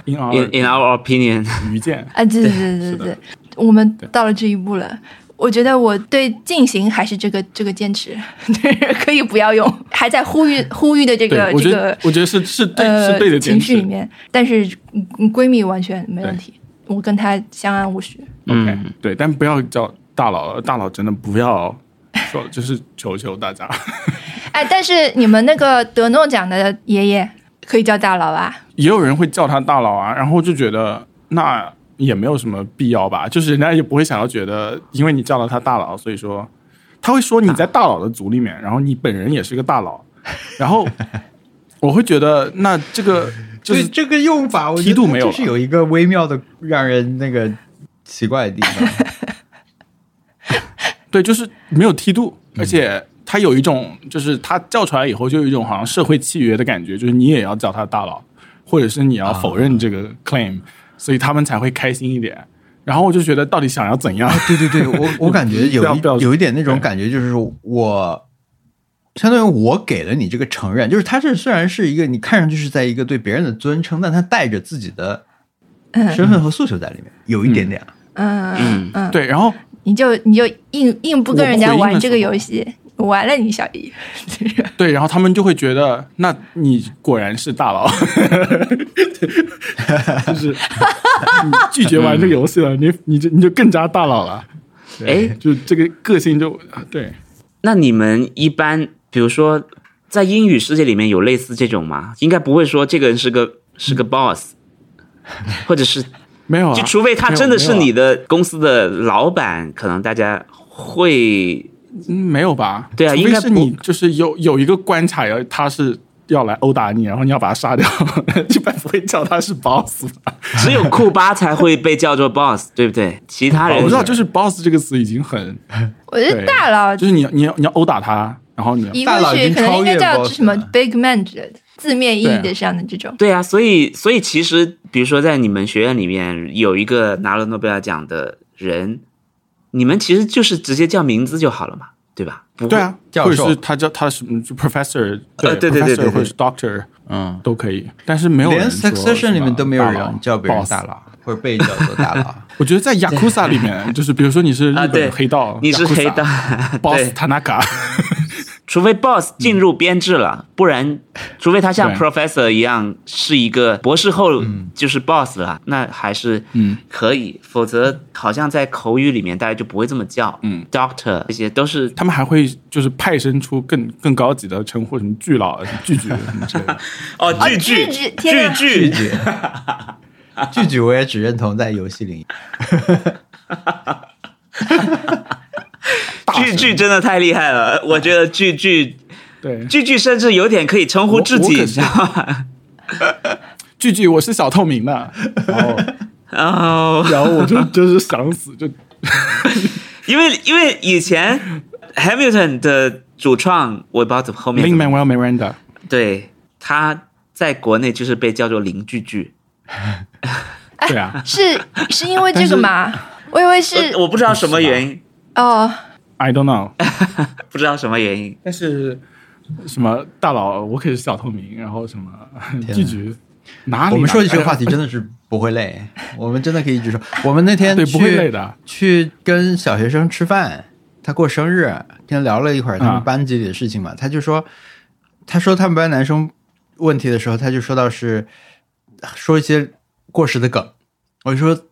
Speaker 3: 嗯
Speaker 4: in
Speaker 3: In in
Speaker 4: our
Speaker 3: our opinion，
Speaker 4: 愚见，
Speaker 5: 啊，对对对对
Speaker 4: 是的
Speaker 5: 对，我们到了这一步了。我觉得我对进行还是这个这个坚持， 对，可以不要用，还在呼吁呼吁的这
Speaker 4: 对
Speaker 5: 个
Speaker 4: 我
Speaker 5: 这
Speaker 4: 觉得
Speaker 5: 个
Speaker 4: 我觉得是是对是对
Speaker 5: 呃
Speaker 4: 的
Speaker 5: 情
Speaker 4: 坚
Speaker 5: 绪里
Speaker 4: 持。
Speaker 5: 面，但是嗯嗯闺蜜完全没问题，我跟她相安无事。
Speaker 4: OK，
Speaker 3: 嗯
Speaker 4: 哎对，但不要叫大佬，大佬真的不要说，就是求求大家。
Speaker 5: 哎，但是你们那个德诺奖的爷爷可以叫大佬啊吧？
Speaker 4: 也有人会叫他大佬啊，然后就觉得那也没有什么必要吧，就是人家也不会想要觉得，因为你叫了他大佬，所以说他会说你在大佬的族里面，然后你本人也是个大佬，然后我会觉得那这个
Speaker 2: 就
Speaker 4: 就
Speaker 2: 是
Speaker 4: 是
Speaker 2: 这个用法，我觉
Speaker 4: 梯度
Speaker 2: 得
Speaker 4: 没有
Speaker 2: 就是
Speaker 4: 了
Speaker 2: 有一个微妙的让人那个奇怪的地方，
Speaker 4: 对，就是没有梯度，而且他有一种就是他叫出来以后就有一种好像社会契约的感觉，就是你也要叫他大佬，或者是你要否认这个 claim，、所以他们才会开心一点。然后我就觉得到底想要怎样？
Speaker 2: 啊对对对，我我感觉有
Speaker 4: 不要
Speaker 2: 一
Speaker 4: 不要
Speaker 2: 有一点那种感觉，就是我相当于我给了你这个承认，就是它是虽然是一个你看上去是在一个对别人的尊称，但它带着自己的
Speaker 5: 嗯
Speaker 2: 身份和诉求在里面，有一点点。
Speaker 5: 嗯嗯，
Speaker 4: 对，然后
Speaker 5: 你就你就硬硬不跟人家
Speaker 4: 我不回应
Speaker 5: 玩
Speaker 4: 的
Speaker 5: 这
Speaker 4: 时
Speaker 5: 个
Speaker 4: 候
Speaker 5: 游戏，完了你小姨。
Speaker 4: 对，然后他们就会觉得，那你果然是大佬， 就是你拒绝玩这个游戏了，你你就你就更加大佬了，
Speaker 3: 哎，
Speaker 4: 就这个个性就对，
Speaker 3: 那你们一般，比如说在英语世界里面有类似这种吗？应该不会说这个人是个是个 boss，或者 是
Speaker 4: 没有啊，
Speaker 3: 就除非他
Speaker 4: 没有
Speaker 3: 真的是
Speaker 4: 没有啊
Speaker 3: 你的公司的老板，可能大家会
Speaker 4: 嗯没有吧？
Speaker 3: 对啊
Speaker 4: 除
Speaker 3: 应
Speaker 4: 非
Speaker 3: 该
Speaker 4: 是
Speaker 3: 不
Speaker 4: 你就是有有一个关卡要他是。要来殴打你，然后你要把他杀掉， 一般不会叫他是 boss 吧？
Speaker 3: 只有库巴才会被叫做 boss，对不对？其他人
Speaker 4: 我知道，就是 boss 这个词已经很，
Speaker 5: 我觉得
Speaker 4: 对
Speaker 5: 大佬
Speaker 4: 就是你要你要你要殴打他，然后你要
Speaker 5: 移
Speaker 2: 大
Speaker 5: 过
Speaker 2: 佬已
Speaker 5: 去
Speaker 2: 经
Speaker 5: 可能
Speaker 2: 超
Speaker 5: 应该
Speaker 2: 越
Speaker 5: 叫
Speaker 2: boss
Speaker 5: 什么
Speaker 2: 了
Speaker 5: big man 之类的，字面意义
Speaker 4: 对
Speaker 5: 的上的这种。
Speaker 3: 对啊，所以所以其实，比如说在你们学院里面有一个拿了诺贝尔奖的人，你们其实就是直接叫名字就好了嘛，对吧？不会
Speaker 4: 对，啊，
Speaker 2: 教
Speaker 4: 或者
Speaker 2: 授
Speaker 4: 是他叫他什么就 professor，
Speaker 3: 呃对对对对对
Speaker 4: ，professor 或者是 doctor，
Speaker 2: 嗯，
Speaker 4: 都可以，但是没有
Speaker 2: 连
Speaker 4: 人说
Speaker 2: Succession
Speaker 4: 什
Speaker 2: 里面
Speaker 4: 么
Speaker 2: 都没有
Speaker 4: 大佬
Speaker 2: 人叫别人
Speaker 4: boss
Speaker 2: 大佬， 或者被叫做大 佬。
Speaker 4: 我觉得在 Yakuza 里 面，就是比如说你是
Speaker 3: 啊
Speaker 4: 日
Speaker 3: 对
Speaker 4: 本黑道，
Speaker 3: 你是黑 道对
Speaker 4: boss Tanaka，
Speaker 3: 除非 boss 进入编制了，不然，除非他像
Speaker 4: 嗯对嗯
Speaker 3: professor 一样是一个博士后就是 boss 了，那还是可以。否则，好像在口语里面大家就不会这么叫。
Speaker 4: 嗯
Speaker 3: ，doctor 这些都是
Speaker 4: 他们还会就是派生出更更高级的称呼，什么巨老、巨巨什么之类的。
Speaker 3: 哦，
Speaker 5: 啊
Speaker 3: 句句
Speaker 5: 句句天啊
Speaker 3: 句
Speaker 2: 拒
Speaker 3: 句，
Speaker 2: 绝，拒绝我也只认同在游戏里。
Speaker 3: 句 句真的太厉害了。我觉得句句
Speaker 4: 对，
Speaker 3: 句句甚至有点可以称呼自己，
Speaker 4: 我我可是
Speaker 3: 你知道吗？
Speaker 4: 巨巨我是小透明的，然后
Speaker 3: 然后。
Speaker 4: 然后我就就是想死， 就
Speaker 3: 因为因为以前 Hamilton 的主创，我不知道怎么后
Speaker 4: Lin
Speaker 3: 面
Speaker 4: Manuel Miranda，
Speaker 3: 对他在国内就是被叫做零句句，
Speaker 4: 对啊
Speaker 5: 是是因为这个吗？我以为是
Speaker 3: 我我不知道什么原因，
Speaker 5: 哦，
Speaker 4: ，I don't know，
Speaker 3: 不知道什么原因。
Speaker 4: 但是什么大佬，我可是小透明，然后什么
Speaker 2: 哪
Speaker 4: 巨巨，哪里
Speaker 2: 我们啊说起这个话
Speaker 4: 题，
Speaker 2: 题真的是不会累，我们真的可以一直说。我们那天
Speaker 4: 啊哎对
Speaker 2: 去啊
Speaker 4: 不会累的
Speaker 2: 去跟小学生吃饭，他过生日，跟他聊了一会儿他
Speaker 4: 啊
Speaker 2: 们班级里的事情嘛，他就说，他说他们班男生问题的时候，他就说到是说一些过时的梗，我就说。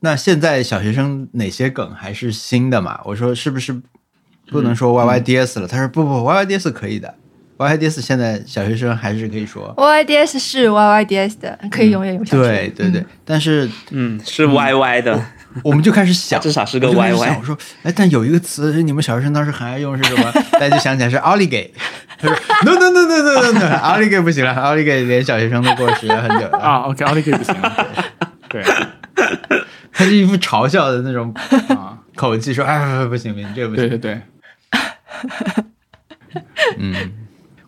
Speaker 2: 那现在小学生哪些梗还是新的嘛？我说是不是不能说 YYDS 了？他说不不，YYDS 可以的，YYDS 现在小学生还是可以说。
Speaker 5: YYDS 是 YYDS 的，可以永远用下去。
Speaker 2: 嗯对对对，但是
Speaker 3: 嗯，是歪歪的，
Speaker 2: 我们就开始想，
Speaker 3: 它至少是个
Speaker 2: 我就开始
Speaker 3: YY
Speaker 2: 想我说，哎，但有一个词你们小学生当时很爱用是什么？大家就想起来是 “oligay”。他说：“no no no no no no no，oligay 不行了，oligay 连小学生都过时了很久了。
Speaker 4: 啊，OK，奥利给 不行，对”
Speaker 2: 他就一副嘲笑的那种
Speaker 4: 对啊，
Speaker 2: 口气说：“哎，不行不行，这个不
Speaker 4: 对
Speaker 2: 行。
Speaker 4: 对对。”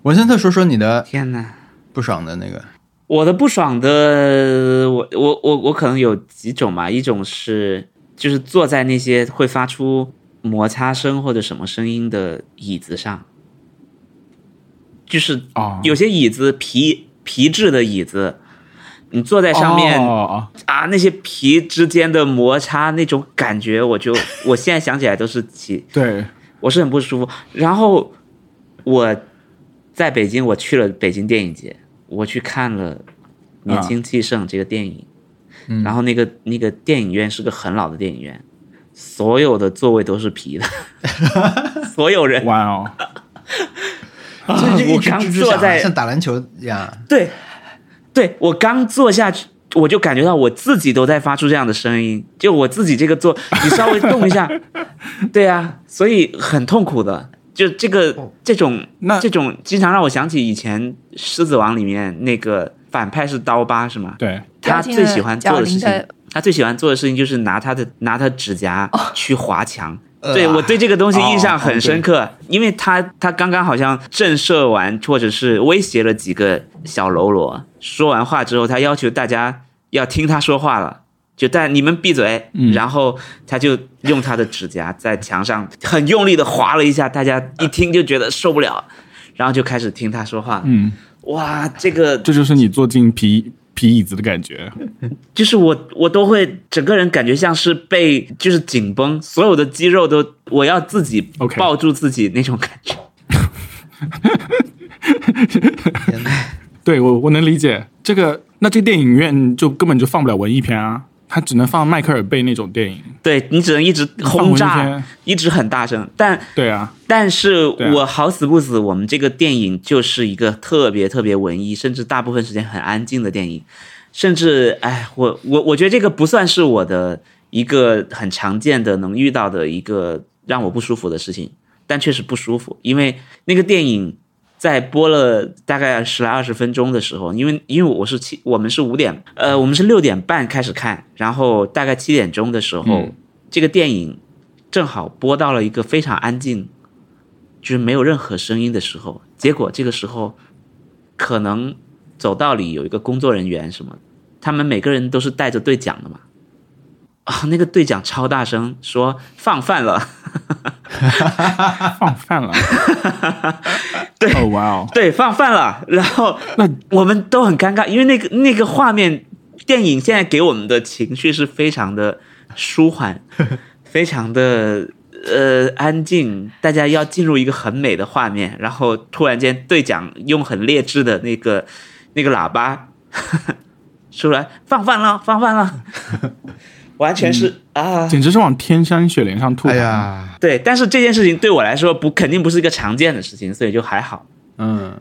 Speaker 2: 文森特说说你的
Speaker 3: 天哪！
Speaker 2: 不爽的那个，
Speaker 3: 我的不爽的，我我我我可能有几种嘛，一种是就是坐在那些会发出摩擦声或者什么声音的椅子上，就是
Speaker 4: 哦
Speaker 3: 有些椅子皮皮质的椅子，你坐在上面、
Speaker 4: 哦
Speaker 3: 啊，那些皮之间的摩擦那种感觉，我就我现在想起来都是起，
Speaker 4: 对，
Speaker 3: 我是很不舒服。然后我在北京，我去了北京电影节，我去看了《年轻气盛》这个电影，然后那个那个电影院是个很老的电影院，所有的座位都是皮的，所有人
Speaker 4: 哇哦，
Speaker 2: 所以就一
Speaker 3: 啊我
Speaker 2: 直
Speaker 3: 刚
Speaker 2: 吱吱
Speaker 3: 坐
Speaker 2: 响啊，
Speaker 3: 在
Speaker 2: 像打篮球一样。
Speaker 3: 对，对我刚坐下去，我就感觉到我自己都在发出这样的声音，就我自己这个坐，你稍微动一下，对啊，所以很痛苦的。就这个这种
Speaker 4: 那
Speaker 3: 这种，经常让我想起以前《狮子王》里面那个反派是刀疤是吗？
Speaker 4: 对，
Speaker 3: 他最喜欢做的事
Speaker 5: 表情的
Speaker 3: 情，他最喜欢做的事情就是拿他的拿他指甲去划墙。
Speaker 2: 呃
Speaker 3: 对我对这个东西印象
Speaker 4: 哦
Speaker 3: 很深刻，因为他他刚刚好像震慑完或者是威胁了几个小喽啰，说完话之后，他要求大家要听他说话了。就但你们闭嘴，
Speaker 4: 嗯
Speaker 3: 然后他就用他的指甲在墙上很用力的划了一下，大家一听就觉得受不了，然后就开始听他说话。
Speaker 4: 嗯，
Speaker 3: 哇，这个
Speaker 4: 这就是你坐进皮皮椅子的感觉。
Speaker 3: 就是我我都会整个人感觉像是被就是紧绷，所有的肌肉都我要自己
Speaker 4: OK
Speaker 3: 抱住自己那种感觉。
Speaker 2: 天哪，
Speaker 4: 对我我能理解这个，那这电影院就根本就放不了文艺片啊，它只能放迈克尔贝那种电影。
Speaker 3: 对你只能一直轰
Speaker 4: 放回那
Speaker 3: 炸
Speaker 4: 些，
Speaker 3: 一直很大声，但
Speaker 4: 对啊，
Speaker 3: 但是
Speaker 4: 对啊
Speaker 3: 我好死不死，我们这个电影就是一个特别特别文艺，甚至大部分时间很安静的电影，甚至哎，我我我觉得这个不算是我的一个很常见的能遇到的一个让我不舒服的事情，但确实不舒服，因为那个电影在播了大概十来二十分钟的时候，因为因为我是七，我们是五点，呃，我们是六点半开始看，然后大概七点钟的时候，
Speaker 4: 嗯哦
Speaker 3: 这个电影正好播到了一个非常安静，就是没有任何声音的时候，结果这个时候可能走道里有一个工作人员什么，他们每个人都是带着对讲的嘛。啊、那个队长超大声说放饭了，
Speaker 4: 放饭了，
Speaker 3: 对
Speaker 4: 哦，哇哦，
Speaker 3: 嗯对，放饭了，然后
Speaker 4: 那
Speaker 3: 我们都很尴尬，因为那个那个画面，电影现在给我们的情绪是非常的舒缓，非常的呃安静，大家要进入一个很美的画面，然后突然间队长用很劣质的那个那个喇叭 出来放饭了，放饭了，完全是、啊，
Speaker 4: 简直是往天山雪莲上吐。嗯
Speaker 2: 哎，呀，
Speaker 3: 对，但是这件事情对我来说不肯定不是一个常见的事情，所以就还好。
Speaker 2: 嗯，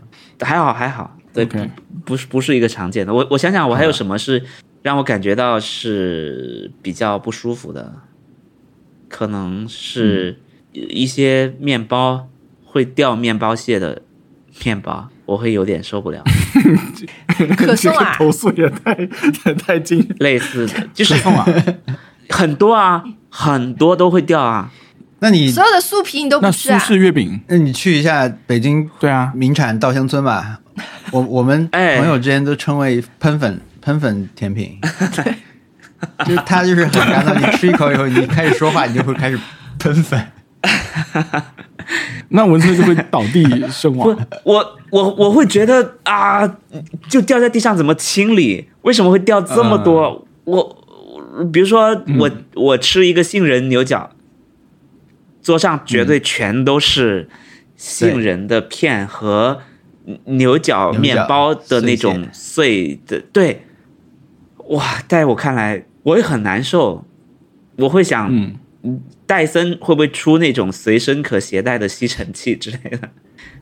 Speaker 3: 还好还好，对
Speaker 4: OK
Speaker 3: 不是不是一个常见的。我我想想，我还有什么是让我感觉到是比较不舒服的？可能是一些面包会掉面包屑的面包，我会有点受不了。
Speaker 5: 可 颂
Speaker 4: 这个
Speaker 5: 啊，
Speaker 4: 投诉也太也太惊人。
Speaker 3: 类似的，就是很多啊，很多都会掉啊。
Speaker 2: 那你
Speaker 5: 所有的酥皮你都
Speaker 4: 那
Speaker 5: 不吃
Speaker 4: 苏
Speaker 5: 啊？
Speaker 4: 式月饼，
Speaker 2: 那你去一下北京
Speaker 4: 对啊，
Speaker 2: 名产稻香村吧，我我们
Speaker 3: 哎
Speaker 2: 朋友之间都称为喷粉喷粉甜品，就是它就是很干燥，你吃一口以后，你开始说话，你就会开始喷粉。
Speaker 4: 那蚊子就会倒地身
Speaker 3: 不
Speaker 4: 亡。，
Speaker 3: 我我我会觉得啊，就掉在地上怎么清理？为什么会掉这么多？我我比如说我、我吃一个杏仁牛角，桌上绝对全都是杏仁的片和牛角面包的那种碎的，对，哇，在我看来我也很难受，我会想。
Speaker 4: 嗯，
Speaker 3: 戴森会不会出那种随身可携带的吸尘器之类的？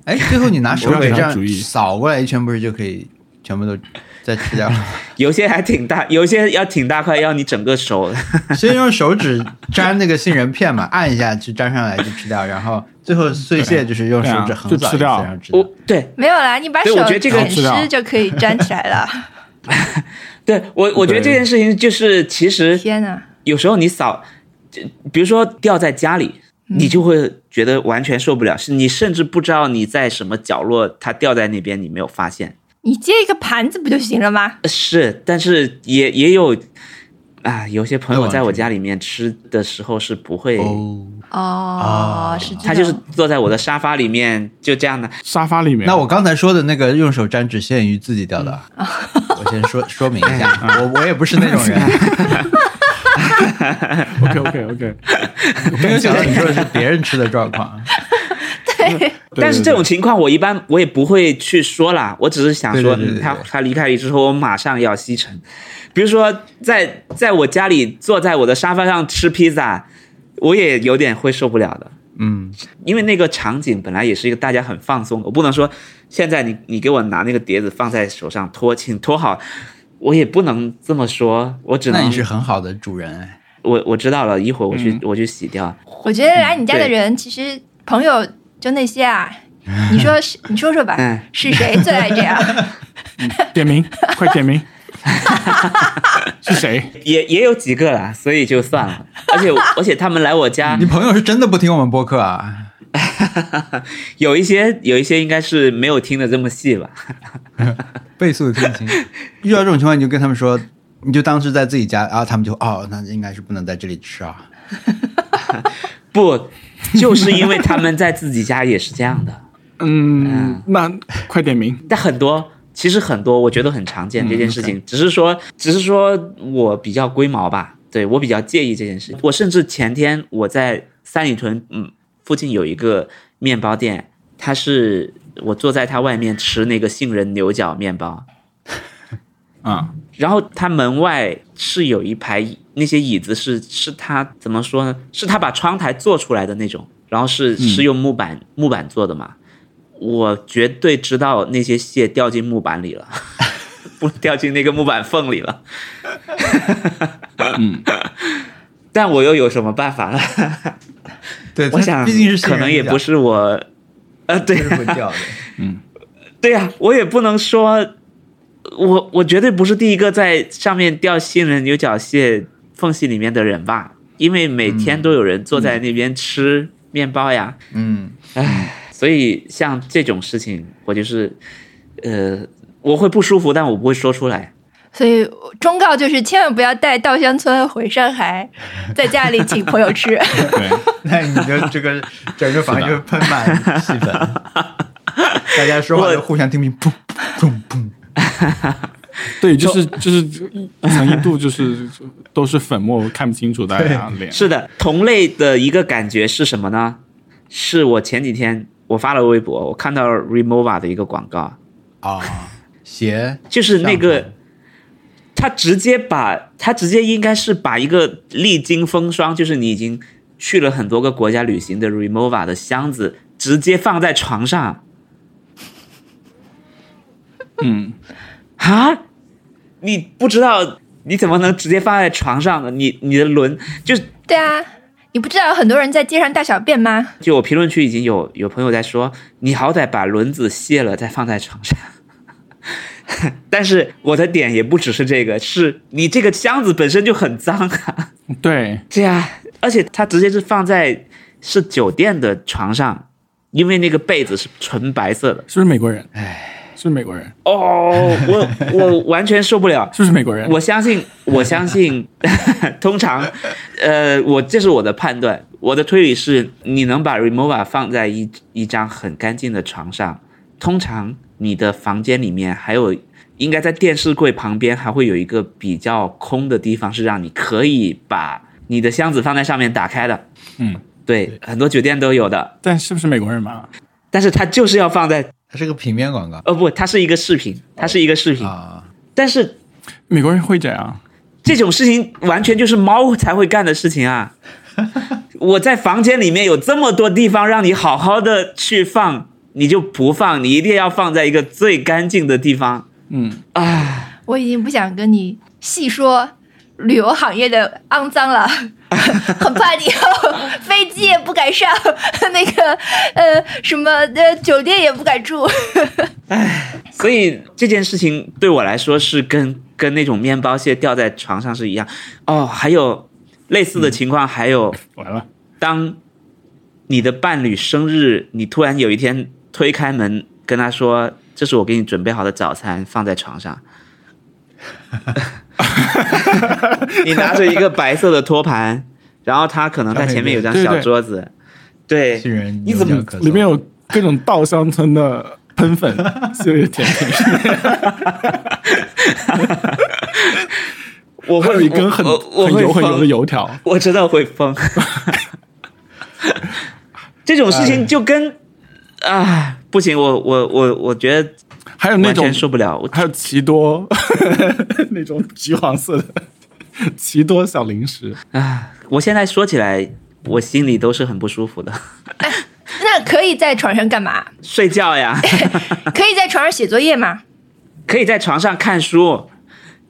Speaker 2: 哎，最后你拿手
Speaker 4: 我
Speaker 2: 给
Speaker 4: 有
Speaker 2: 这
Speaker 4: 啥主
Speaker 2: 样
Speaker 4: 意
Speaker 2: 扫过来一圈，不是就可以全部都再吃掉了？
Speaker 3: 有些还挺大， 有些要挺大块，要你整个手。
Speaker 2: 先用手指粘那个杏仁片嘛，按一下就粘上来就吃掉，然后最后碎屑就是用手指
Speaker 4: 对啊
Speaker 2: 横
Speaker 4: 就
Speaker 2: 扫一次，
Speaker 4: 吃掉
Speaker 2: 然后吃掉
Speaker 3: 我。对
Speaker 5: 没有啦，你把
Speaker 3: 对
Speaker 5: 手
Speaker 3: 我觉得这个
Speaker 5: 舔
Speaker 4: 知道
Speaker 5: 湿就可以粘起来了。
Speaker 3: 对，我我觉得这件事情就是，其实
Speaker 5: 天哪，
Speaker 3: 有时候你扫，就比如说掉在家里，你就会觉得完全受不了，是你甚至不知道你在什么角落，它掉在那边，你没有发现。
Speaker 5: 你接一个盘子不就行了吗？
Speaker 3: 是，但是也也有啊，有些朋
Speaker 2: 那
Speaker 3: 友
Speaker 2: 完
Speaker 3: 在我
Speaker 2: 全
Speaker 3: 家里面吃的时候是不会，
Speaker 2: 哦，
Speaker 5: 哦，是这
Speaker 3: 他就是
Speaker 5: 种
Speaker 3: 坐在我的沙发里面就这样的，
Speaker 4: 沙发里面。
Speaker 2: 那我刚才说的那个用手沾只限于自己掉的啊，我先说说明一下，我我也不是那种人，
Speaker 4: OK OK OK，
Speaker 2: 我没有想到你说的是别人吃的状况，
Speaker 3: 但是这种情况，我一般我也不会去说啦，我只是想说，
Speaker 2: 对对对对
Speaker 3: 嗯他
Speaker 2: 对
Speaker 3: 他离开你之后，我马上要吸尘。比如说，在在我家里坐在我的沙发上吃披萨，我也有点会受不了的，
Speaker 2: 嗯，
Speaker 3: 因为那个场景本来也是一个大家很放松的，我不能说现在你你给我拿那个碟子放在手上托，请托好，我也不能这么说，我只
Speaker 2: 那
Speaker 3: 能
Speaker 2: 你是嗯很好的主人哎，
Speaker 3: 我我知道了，一会儿我去、我去洗掉。
Speaker 5: 我觉得来你家的
Speaker 3: 对
Speaker 5: 人，其实朋友就那 些啊。你说是，你说说吧
Speaker 3: 嗯，
Speaker 5: 是谁最爱这 样？
Speaker 4: 点名，快点名，是谁？
Speaker 3: 也也有几个啦，所以就算了。而且而且他们来我家
Speaker 2: 你，朋友是真的不听我们播客啊？
Speaker 3: 有一些有一些应该是没有听的这么细吧。
Speaker 2: 倍速听清，遇到这种情况你就跟他们说，你就当是在自己家，然后他们就哦，那应该是不能在这里吃啊，
Speaker 3: 不，就是因为他们在自己家也是这样的。
Speaker 2: 哎
Speaker 4: 嗯，那快 点名。
Speaker 3: 但很多其实很多，我觉得很常见这件事情，只是说只是说我比较龟毛吧，对我比较介意这件事。我甚至前天我在三里屯，嗯，附近有一个面包店，它是我坐在它外面吃那个杏仁牛角面包，
Speaker 4: 啊，
Speaker 3: 然后他门外是有一排那些椅子是是他怎么说呢？是他把窗台做出来的那种，然后是
Speaker 2: 嗯
Speaker 3: 是用木板、木板做的嘛。我绝对知道那些蟹掉进木板里了， 不掉进那个木板缝里了。
Speaker 4: 嗯，
Speaker 3: 但我又有什么办法 呢？
Speaker 2: 对，
Speaker 3: 我
Speaker 2: 它
Speaker 3: 想
Speaker 2: 毕竟是
Speaker 3: 可能也不
Speaker 2: 是
Speaker 3: 是我，呃，对、
Speaker 2: 是会掉的，
Speaker 3: 对呀、我也不能说，我我绝对不是第一个在上面掉杏仁牛角蟹缝隙里面的人吧，因为每天都有人坐在那边吃面包呀，
Speaker 2: 嗯，
Speaker 3: 所以像这种事情，我就是，呃，我会不舒服，但我不会说出来。
Speaker 5: 所以忠告就是，千万不要带稻香村回 上海，在家里请朋友吃。
Speaker 4: 对，
Speaker 2: 那你就这个整个房就喷满气氛，大家说话就互相听命，砰砰砰。
Speaker 4: 对，就是就是一层一度就是都是粉末，看不清楚大家脸。
Speaker 3: 是的，同类的一个感觉是什么呢？是我前几天我发了微博，我看到 Remova 的一个广告，
Speaker 2: 啊，鞋
Speaker 3: 就是那
Speaker 2: 上
Speaker 3: 个
Speaker 2: 头，
Speaker 3: 他直接把他直接应该是把一个历经风霜，就是你已经去了很多个国家旅行的 Remova 的箱子，直接放在床上
Speaker 4: 嗯，
Speaker 3: 啊！你不知道你怎么能直接放在床上呢？你你的轮就是
Speaker 5: 对啊，你不知道有很多人在街上大小便吗？
Speaker 3: 就我评论区已经有有朋友在说，你好歹把轮子卸了再放在床上。 但是我的点也不只是这个，是你这个箱子本身就很脏啊。
Speaker 4: 对，
Speaker 3: 对啊，而且它直接是放在是酒店的床上，因为那个被子是纯白色的。
Speaker 4: 是不是美国人？哎，是不是美国人，
Speaker 3: 哦，我我完全受不了。
Speaker 4: 是不是美国 人？
Speaker 3: 我相信，我相信， 通常，呃，我这是我的判断，我的推理是，你能把 Remova 放在一一张很干净的床上，通常你的房间里面还有，应该在电视柜旁边还会有一个比较空的地方，是让你可以把你的箱子放在上面打开的。
Speaker 4: 嗯，
Speaker 3: 对，很多酒店都有的，
Speaker 4: 但是不是美国人嘛？
Speaker 3: 但是它就是要放在，
Speaker 2: 它是个平面广告
Speaker 3: 哦不，它是一个视频，它是一个视
Speaker 4: 嗯
Speaker 3: 频，
Speaker 2: 啊，
Speaker 3: 但是
Speaker 4: 美国人会这样，
Speaker 3: 这种事情完全就是猫才会干的事情啊！我在房间里面有这么多地方让你好好的去放，你就不放，你一定要放在一个最干净的地方
Speaker 4: 嗯，
Speaker 3: 啊！
Speaker 5: 我已经不想跟你细说旅游行业的肮 脏了，很怕你以后飞机也不敢上， 那个呃什么呃酒店也不敢住。
Speaker 3: 所以这件事情对我来说是跟跟那种面包蟹掉在床上是一样。哦，还有类似的情况，还有
Speaker 4: 完了，
Speaker 3: 当你的伴侣生日，你突然有一天推开门跟他说：“这是我给你准备好的早餐，放在床上。” 你拿着一个白色的托盘，然后他可能在前面有张小桌子，对
Speaker 2: 杏仁
Speaker 4: 你怎么
Speaker 2: 牛角可颂
Speaker 4: 里面有各种稻香村的喷 粉系列甜品？
Speaker 3: 我
Speaker 4: 还
Speaker 3: 会
Speaker 4: 有一根很
Speaker 3: 我我
Speaker 4: 很
Speaker 3: 会
Speaker 4: 油很
Speaker 3: 疯
Speaker 4: 油的油条，
Speaker 3: 我知道会疯。 这种事情就跟啊，不行，我我我我觉得
Speaker 4: 还有那
Speaker 3: 完
Speaker 4: 种
Speaker 3: 全受不了。我
Speaker 4: 还有奇多 那种橘黄色的奇多小零食，
Speaker 3: 啊，我现在说起来，我心里都是很不舒服的。
Speaker 5: 那可以在床上干嘛？
Speaker 3: 睡觉呀，
Speaker 5: 可以在床上写作业吗？
Speaker 3: 可以在床上看书，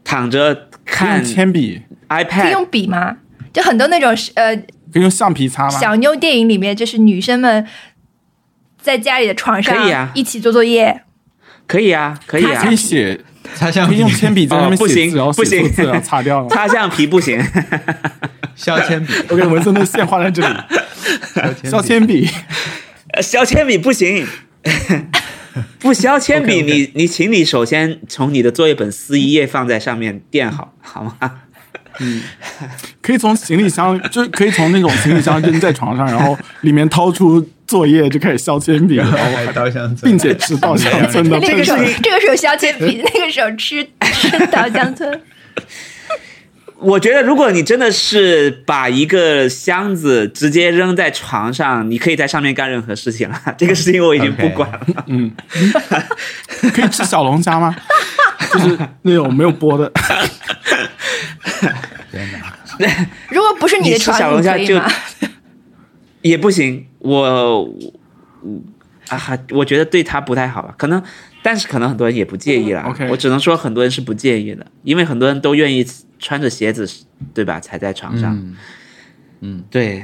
Speaker 3: 躺着看
Speaker 4: 用铅笔，
Speaker 5: 可以
Speaker 3: iPad
Speaker 5: 用笔吗？就很多那种呃
Speaker 4: 可以用橡皮擦吗？
Speaker 5: 小妞电影里面，就是女生们在家里的床上
Speaker 3: 可以啊
Speaker 5: 一起做作业。
Speaker 3: 可以啊，可以啊
Speaker 4: 可。以写，
Speaker 2: 它像
Speaker 4: 可以用铅笔在上面
Speaker 3: 哦不
Speaker 4: 写
Speaker 3: 行
Speaker 4: 字，然后
Speaker 3: 不
Speaker 4: 写
Speaker 3: 行
Speaker 4: 错字，然后擦 掉了。
Speaker 3: 擦橡皮不 行，
Speaker 2: 削铅笔，
Speaker 4: 我给文森特线画在这里，削铅笔，
Speaker 3: 呃削铅笔不 行，不削铅笔
Speaker 4: OK，OK
Speaker 3: 你你请你首先从你的作业本撕一页放在上面垫好，好吗？
Speaker 4: 可以从行李箱， 就是可以从那种行李箱扔在床上，然后里面掏出作业就开始削铅笔，然 后
Speaker 2: 还稻香村，
Speaker 4: 并且吃稻香
Speaker 3: 哎
Speaker 4: 村的
Speaker 5: 那
Speaker 4: 喷
Speaker 5: 个手
Speaker 4: 水。，
Speaker 5: 这个手削铅 笔，那个手吃吃稻香村。
Speaker 3: 我觉得如果你真的是把一个箱子直接扔在床上，你可以在上面干任何事情了。
Speaker 4: 嗯
Speaker 3: 这个事情我已经不
Speaker 2: OK
Speaker 3: 管了。
Speaker 4: 可以吃小龙虾吗？就是那种没有剥的，
Speaker 5: 如果不是你的床，
Speaker 3: 你吃小
Speaker 5: 你
Speaker 3: 龙虾
Speaker 5: 可以
Speaker 3: 就
Speaker 5: 吗？
Speaker 3: 也不行，我我啊，还我觉得对他不太好吧，可能，但是可能很多人也不介意啦。
Speaker 4: 嗯 OK
Speaker 3: 我只能说很多人是不介意的，因为很多人都愿意穿着鞋子，对吧，踩在床上。
Speaker 2: 嗯
Speaker 3: 对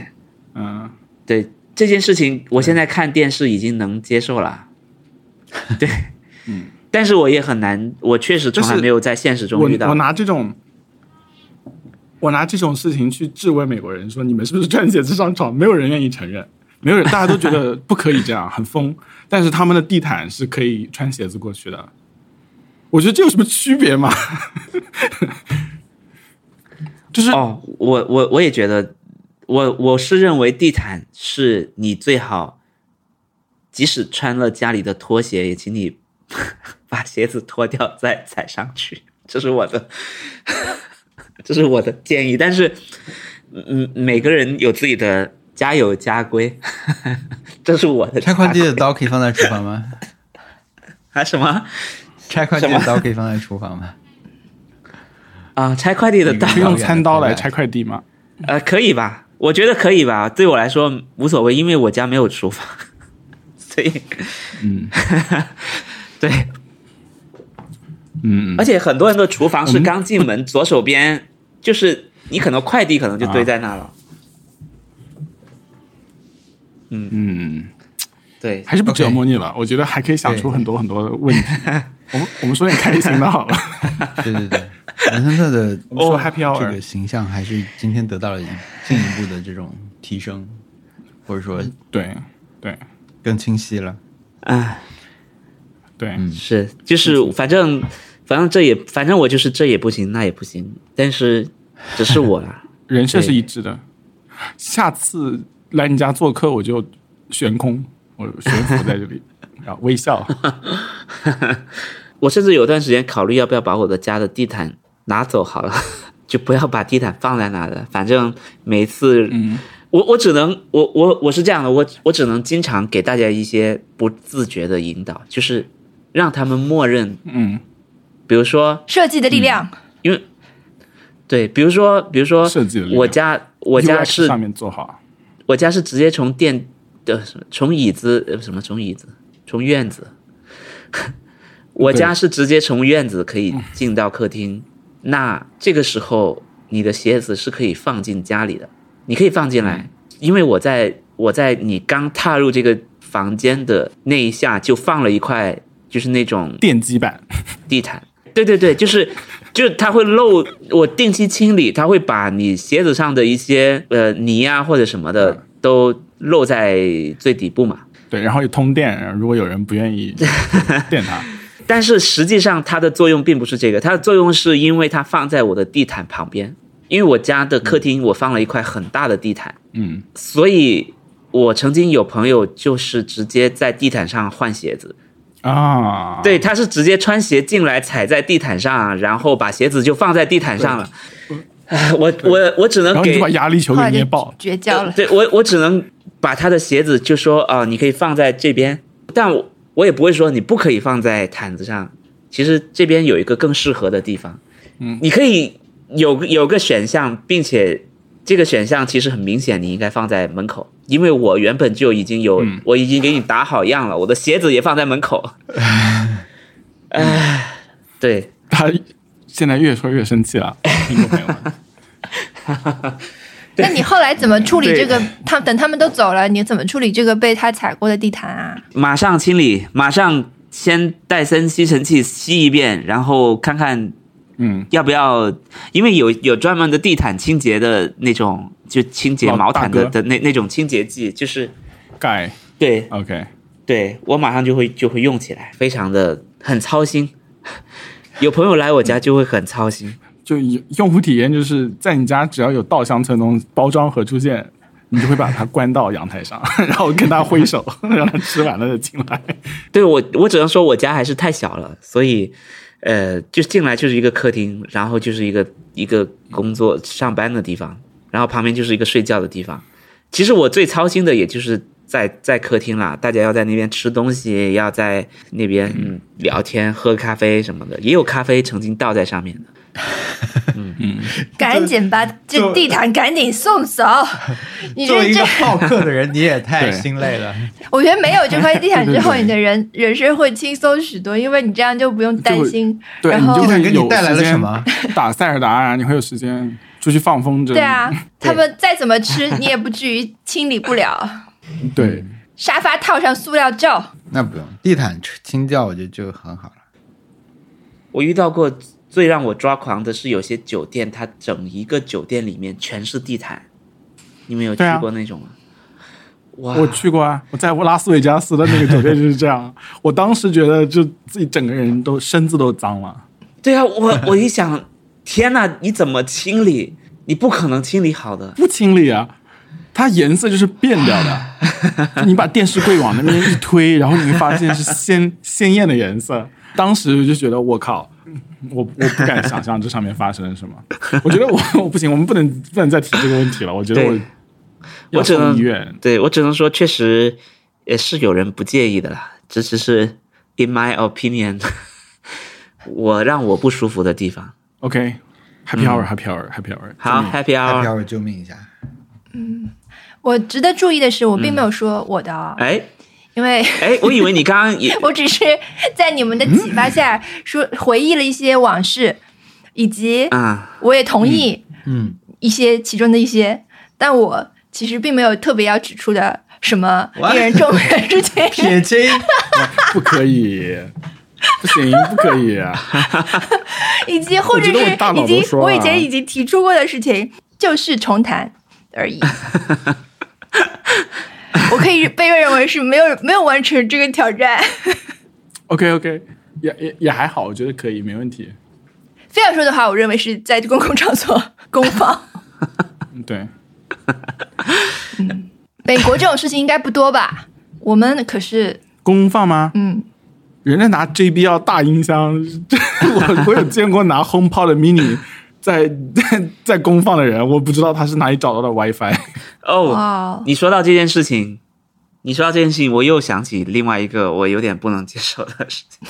Speaker 4: 嗯，
Speaker 3: 对，这件事情我现在看电视已经能接受 了。对，嗯，但是我也很难，我确实从来
Speaker 4: 就是
Speaker 3: 没有在现实中
Speaker 4: 嗯我
Speaker 3: 遇到
Speaker 4: 我。拿这种，我拿这种事情去质问美国人，说你们是不是穿鞋子上床？没有人愿意承认，没有人，大家都觉得不可以这样，很疯。 但是他们的地毯是可以穿鞋子过去的，我觉得这有什么区别吗？ 就是
Speaker 3: 哦，我我我也觉得，我我是认为地毯是你最好即使穿了家里的拖鞋，也请你 把鞋子脱掉再踩上去。这是我的， 这是我的建议。但是，嗯，每个人有自己的家有家规， 这是我的
Speaker 2: 拆
Speaker 3: 家
Speaker 2: 快递的
Speaker 3: 规
Speaker 2: 刀可以放在厨房吗？
Speaker 3: 啊什么
Speaker 2: 拆快递
Speaker 3: 什
Speaker 2: 的
Speaker 3: 么
Speaker 2: 刀可以放在厨房吗？
Speaker 3: 啊？拆快递的刀
Speaker 4: 可以用餐刀来拆快递吗？
Speaker 3: 呃，可以吧？我觉得可以吧，对我来说无所谓，因为我家没有厨房， 所以，
Speaker 2: 嗯，
Speaker 3: 对，
Speaker 2: 嗯，
Speaker 3: 而且很多人的厨房是刚进门左手边，就是你可能快递可能就堆在那了，
Speaker 2: 嗯，
Speaker 3: 对，
Speaker 4: 还是不折磨你了？我觉得还可以想出很多很多问题。 我们我们说点开心的好了。
Speaker 2: 对对对，文森特的
Speaker 4: 们说哦 happy hour
Speaker 2: 这个形象还是今天得到了进一步的这种提升，或者说
Speaker 4: 对对
Speaker 2: 更清晰了。
Speaker 3: 啊，
Speaker 4: 对，
Speaker 3: 是，就是反正反正这也反正我就是这也不行那也不行，但是只是我啦，
Speaker 4: 人设是一致的。下次来你家做客，我就悬空，我悬浮在 这里，然后微笑。
Speaker 3: 我甚至有段时间考虑要不要把我的家的地毯拿走好了， 就不要把地毯放在那了。反正每次，
Speaker 4: 嗯
Speaker 3: 我我只能我我我是这样的，我我只能经常给大家一些不自觉的引导，就是让他们默认，
Speaker 4: 嗯，
Speaker 3: 比如说
Speaker 5: 设计的力量，
Speaker 3: 对，比如说比如说
Speaker 4: 设计的力量
Speaker 3: 我家我家
Speaker 4: UX
Speaker 3: 是
Speaker 4: 上面做好，
Speaker 3: 我家是直接从电的什么从椅子呃什么从椅子从院子， 我家是直接从院子可以进到客厅。那这个时候你的鞋子是可以放进家里的，你可以放进来，因为我在我在你刚踏入这个房间的那一下就放了一块就是那种
Speaker 4: 电击版。
Speaker 3: 地毯。对对对，就是就是它会漏，我定期清理，它会把你鞋子上的一些呃泥啊或者什么的都漏在最底部嘛。
Speaker 4: 对，然后有通电，如果有人不愿 意电它，
Speaker 3: 但是实际上它的作用并不是这个，它的作用是因为它放在我的地毯旁边，因为我家的客厅我放了一块很大的地毯，
Speaker 4: 嗯，
Speaker 3: 所以我曾经有朋友就是直接在地毯上换鞋子，
Speaker 4: 啊，
Speaker 3: 对，，他是直接穿鞋进来，踩在地毯上，然后把鞋子就放在地毯上了。唉我我我只
Speaker 4: 然
Speaker 3: 能
Speaker 4: 后你
Speaker 3: 给
Speaker 4: 就把压力球
Speaker 5: 后
Speaker 4: 给
Speaker 5: 来
Speaker 4: 捏
Speaker 5: 就
Speaker 4: 爆，
Speaker 5: 绝交了。
Speaker 3: 呃对我我只能把他的鞋子就说啊、你可以放在这边，但我我也不会说你不可以放在毯子上。其实这边有一个更适合的地方，
Speaker 4: 嗯，
Speaker 3: 你可以有个有个选项，并且这个选项其实很明显，你应该放在门口，因为我原本就已经有，
Speaker 4: 嗯
Speaker 3: 我已经给你打好样了，我的鞋子也放在门口。 唉，对，
Speaker 4: 他现在越说越生气了，听众朋友们，
Speaker 5: 那你后来怎么处理这个？他等他们都走了，你怎么处理这个被他踩过的地毯啊？
Speaker 3: 马上清理，马上先戴森吸尘器吸一遍，然后看看
Speaker 4: 嗯，
Speaker 3: 要不要？因为有有专门的地毯清洁的那种，就清洁
Speaker 4: 老
Speaker 3: 毛毯
Speaker 4: 大
Speaker 3: 的
Speaker 4: 哥
Speaker 3: 的那那种清洁剂，就是
Speaker 4: 盖
Speaker 3: 对
Speaker 4: ，OK，
Speaker 3: 对，我马上就会就会用起来，非常的很操心。 有朋友来我家就会很操心，
Speaker 4: 就用用户体验就是在你家只要有稻香村东包装盒出现。你就会把它关到阳台上， 然后跟它挥手， 让它吃完了再进来。
Speaker 3: 对我我只能说我家还是太小了，所以呃，就进来就是一个客厅，然后就是一个一个工作上班的地方，然后旁边就是一个睡觉的地方。其实我最操心的也就是在在客厅啦，大家要在那边吃东西，要在那边嗯聊天、喝咖啡什么的，也有咖啡曾经倒在上面的。
Speaker 5: 赶紧把这地毯赶紧送 走！你
Speaker 2: 作为
Speaker 5: 这
Speaker 2: 一
Speaker 5: 这
Speaker 2: 个，好客的人，你也太
Speaker 4: 对
Speaker 2: 心累了。
Speaker 5: 我觉得没有这块地毯之后，
Speaker 4: 对对对
Speaker 5: 你的人人生会轻松许多，因为你这样就不用担心。
Speaker 4: 对，
Speaker 5: 然
Speaker 4: 你
Speaker 5: 后
Speaker 4: 就
Speaker 2: 地
Speaker 4: 会
Speaker 2: 毯给你
Speaker 4: 有
Speaker 2: 带来了
Speaker 4: 时间
Speaker 2: 什么？
Speaker 4: 打塞尔达啊，你会有时间出去放风筝。
Speaker 5: 对啊，他们再怎么吃，你也不至于清理不了。
Speaker 4: 对，
Speaker 5: 沙发套上塑料罩，
Speaker 2: 那不用，地毯清掉我觉得就很好了。
Speaker 3: 我遇到过最让我抓狂的是，有些酒店它整一个酒店里面全是地毯，你们有去
Speaker 4: 对啊
Speaker 3: 过那种吗？
Speaker 2: 嗯
Speaker 3: 哇，
Speaker 4: 我去过啊，我在拉斯维加斯的那个酒店就是这样。我当时觉得，就自己整个人都身子都脏了。
Speaker 3: 对啊，我我一想，天哪，你怎么清理？你不可能清理好的。
Speaker 4: 不清理啊，它颜色就是变 掉的。就你把电视柜往那边一推，然后你会发现是鲜鲜艳的颜色。当时我就觉得我靠，我我不敢想象这上面发 生什么。我觉得我我不行，我们不能不能再提这个问题了。我觉得我
Speaker 3: 对我
Speaker 4: 要
Speaker 3: 只
Speaker 4: 送
Speaker 3: 能
Speaker 4: 医院。
Speaker 3: 对我只能说，确实也是有人不介意的啦。这只是 in my opinion，我让我不舒服的地方。
Speaker 4: OK，Happy Hour，Happy Hour，Happy Hour。
Speaker 3: 嗯好，Happy
Speaker 2: 要
Speaker 4: 啊
Speaker 3: Hour，
Speaker 2: 不救命一下！
Speaker 5: 我值得注意的是，我并没有说我的啊，
Speaker 3: 哎
Speaker 5: 因为
Speaker 3: 哎，我以为你刚刚也
Speaker 5: 我只是在你们的启发下说回忆了一些往事，以及
Speaker 3: 啊，
Speaker 5: 我也同意
Speaker 2: 嗯，
Speaker 5: 一些其中的一些，但我其实并没有特别要指出的什么令人重视的事情。
Speaker 2: 撇清，
Speaker 4: 不可以，不行，不可以。
Speaker 5: 以及或者
Speaker 4: 我觉得我大
Speaker 5: 是
Speaker 4: 脑都
Speaker 5: 以及
Speaker 4: 说了
Speaker 5: 我以前已经提出过的事情，就是重谈 而已。我可以被认为是没有没有完成这个挑战，
Speaker 4: OK，OK，、也也也还好，我觉得可以，没问题。
Speaker 5: 非要说的话，我认为是在公共场所公放。
Speaker 4: 嗯对，
Speaker 5: 美国这种事情应该不多吧？我们可是
Speaker 4: 公放吗？
Speaker 5: 嗯，
Speaker 4: 人家拿 JBL 大音箱， 我我有见过拿 HomePod mini 在 在在公放的人，我不知道他是哪里找到的 WiFi。
Speaker 3: 哦，
Speaker 5: 哦，
Speaker 3: 你说到这件事情，你说到这件事情，我又想起另外一个我有点不能接受的事情，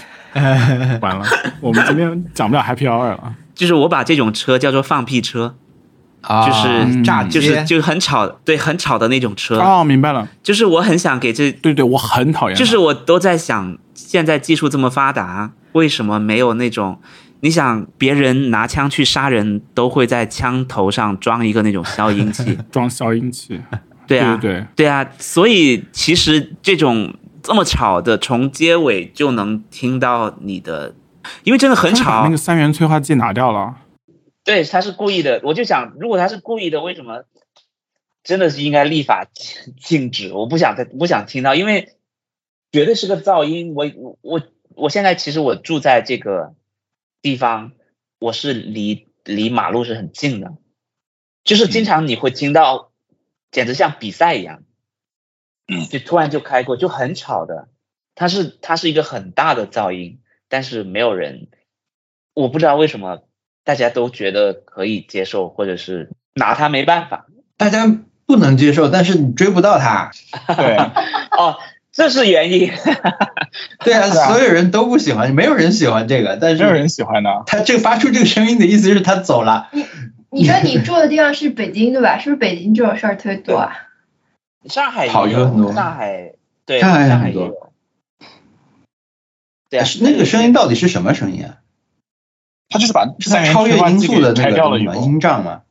Speaker 4: 完了，我们今天讲不了 Happy Hour 了。
Speaker 3: 就是我把这种车叫做放屁车，
Speaker 2: 啊
Speaker 3: 就是
Speaker 2: 炸
Speaker 3: 就
Speaker 2: 街
Speaker 3: 是就是很吵，对，很吵的那种车，
Speaker 4: 哦，明白了，
Speaker 3: 就是我很想给这
Speaker 4: 对对，我很讨厌它，
Speaker 3: 就是我都在想，现在技术这么发达，为什么没有那种？你想别人拿枪去杀人，都会在枪头上装一个那种消音 器，
Speaker 4: 装消音器。
Speaker 3: 对啊，
Speaker 4: 对对
Speaker 3: 啊。所以其实这种这么吵的，从结尾就能听到你的，因为真的很
Speaker 4: 他们把
Speaker 3: 吵
Speaker 4: 那个。三元催化剂拿掉了。
Speaker 3: 对，他是故意的。我就想，如果他是故意的，为什么真的是应该立法禁止？我不想再不想听到，因为绝对是个噪音。我我我我现在其实我住在这个地方，我是离离马路是很近的，就是经常你会听到，简直像比赛一样，
Speaker 6: 嗯
Speaker 3: 就突然就开过，就很吵的。它是它是一个很大的噪音，但是没有人，我不知道为什么大家都觉得可以接受，或者是拿它没办法。
Speaker 2: 大家不能接受，但是你追不 到他。
Speaker 6: 对，
Speaker 3: 哦，这是 原因。
Speaker 2: 对啊，
Speaker 6: 是啊
Speaker 2: 所有人都不喜欢，没有人喜欢这个，但
Speaker 6: 没有人
Speaker 2: 是
Speaker 6: 喜欢的。
Speaker 2: 他这个发出这个声音的意思是他走了。
Speaker 5: 你说你住的地方是北京对吧？是不是北京这种事儿特别多啊？
Speaker 3: 上海也
Speaker 2: 好有很多
Speaker 3: 上海对，
Speaker 2: 上
Speaker 3: 上
Speaker 2: 海有很
Speaker 3: 也
Speaker 2: 多
Speaker 3: 有。对啊，
Speaker 2: 那个声音到底是什么声音啊？
Speaker 6: 他就是把
Speaker 2: 是
Speaker 6: 三
Speaker 2: 它
Speaker 6: 元
Speaker 2: 超越
Speaker 6: 催化
Speaker 2: 音
Speaker 6: 剂
Speaker 2: 速的
Speaker 6: 给
Speaker 2: 那
Speaker 6: 拆
Speaker 2: 个
Speaker 6: 掉了
Speaker 2: 东
Speaker 6: 以
Speaker 2: 西吗？
Speaker 6: 后，
Speaker 2: 音障吗？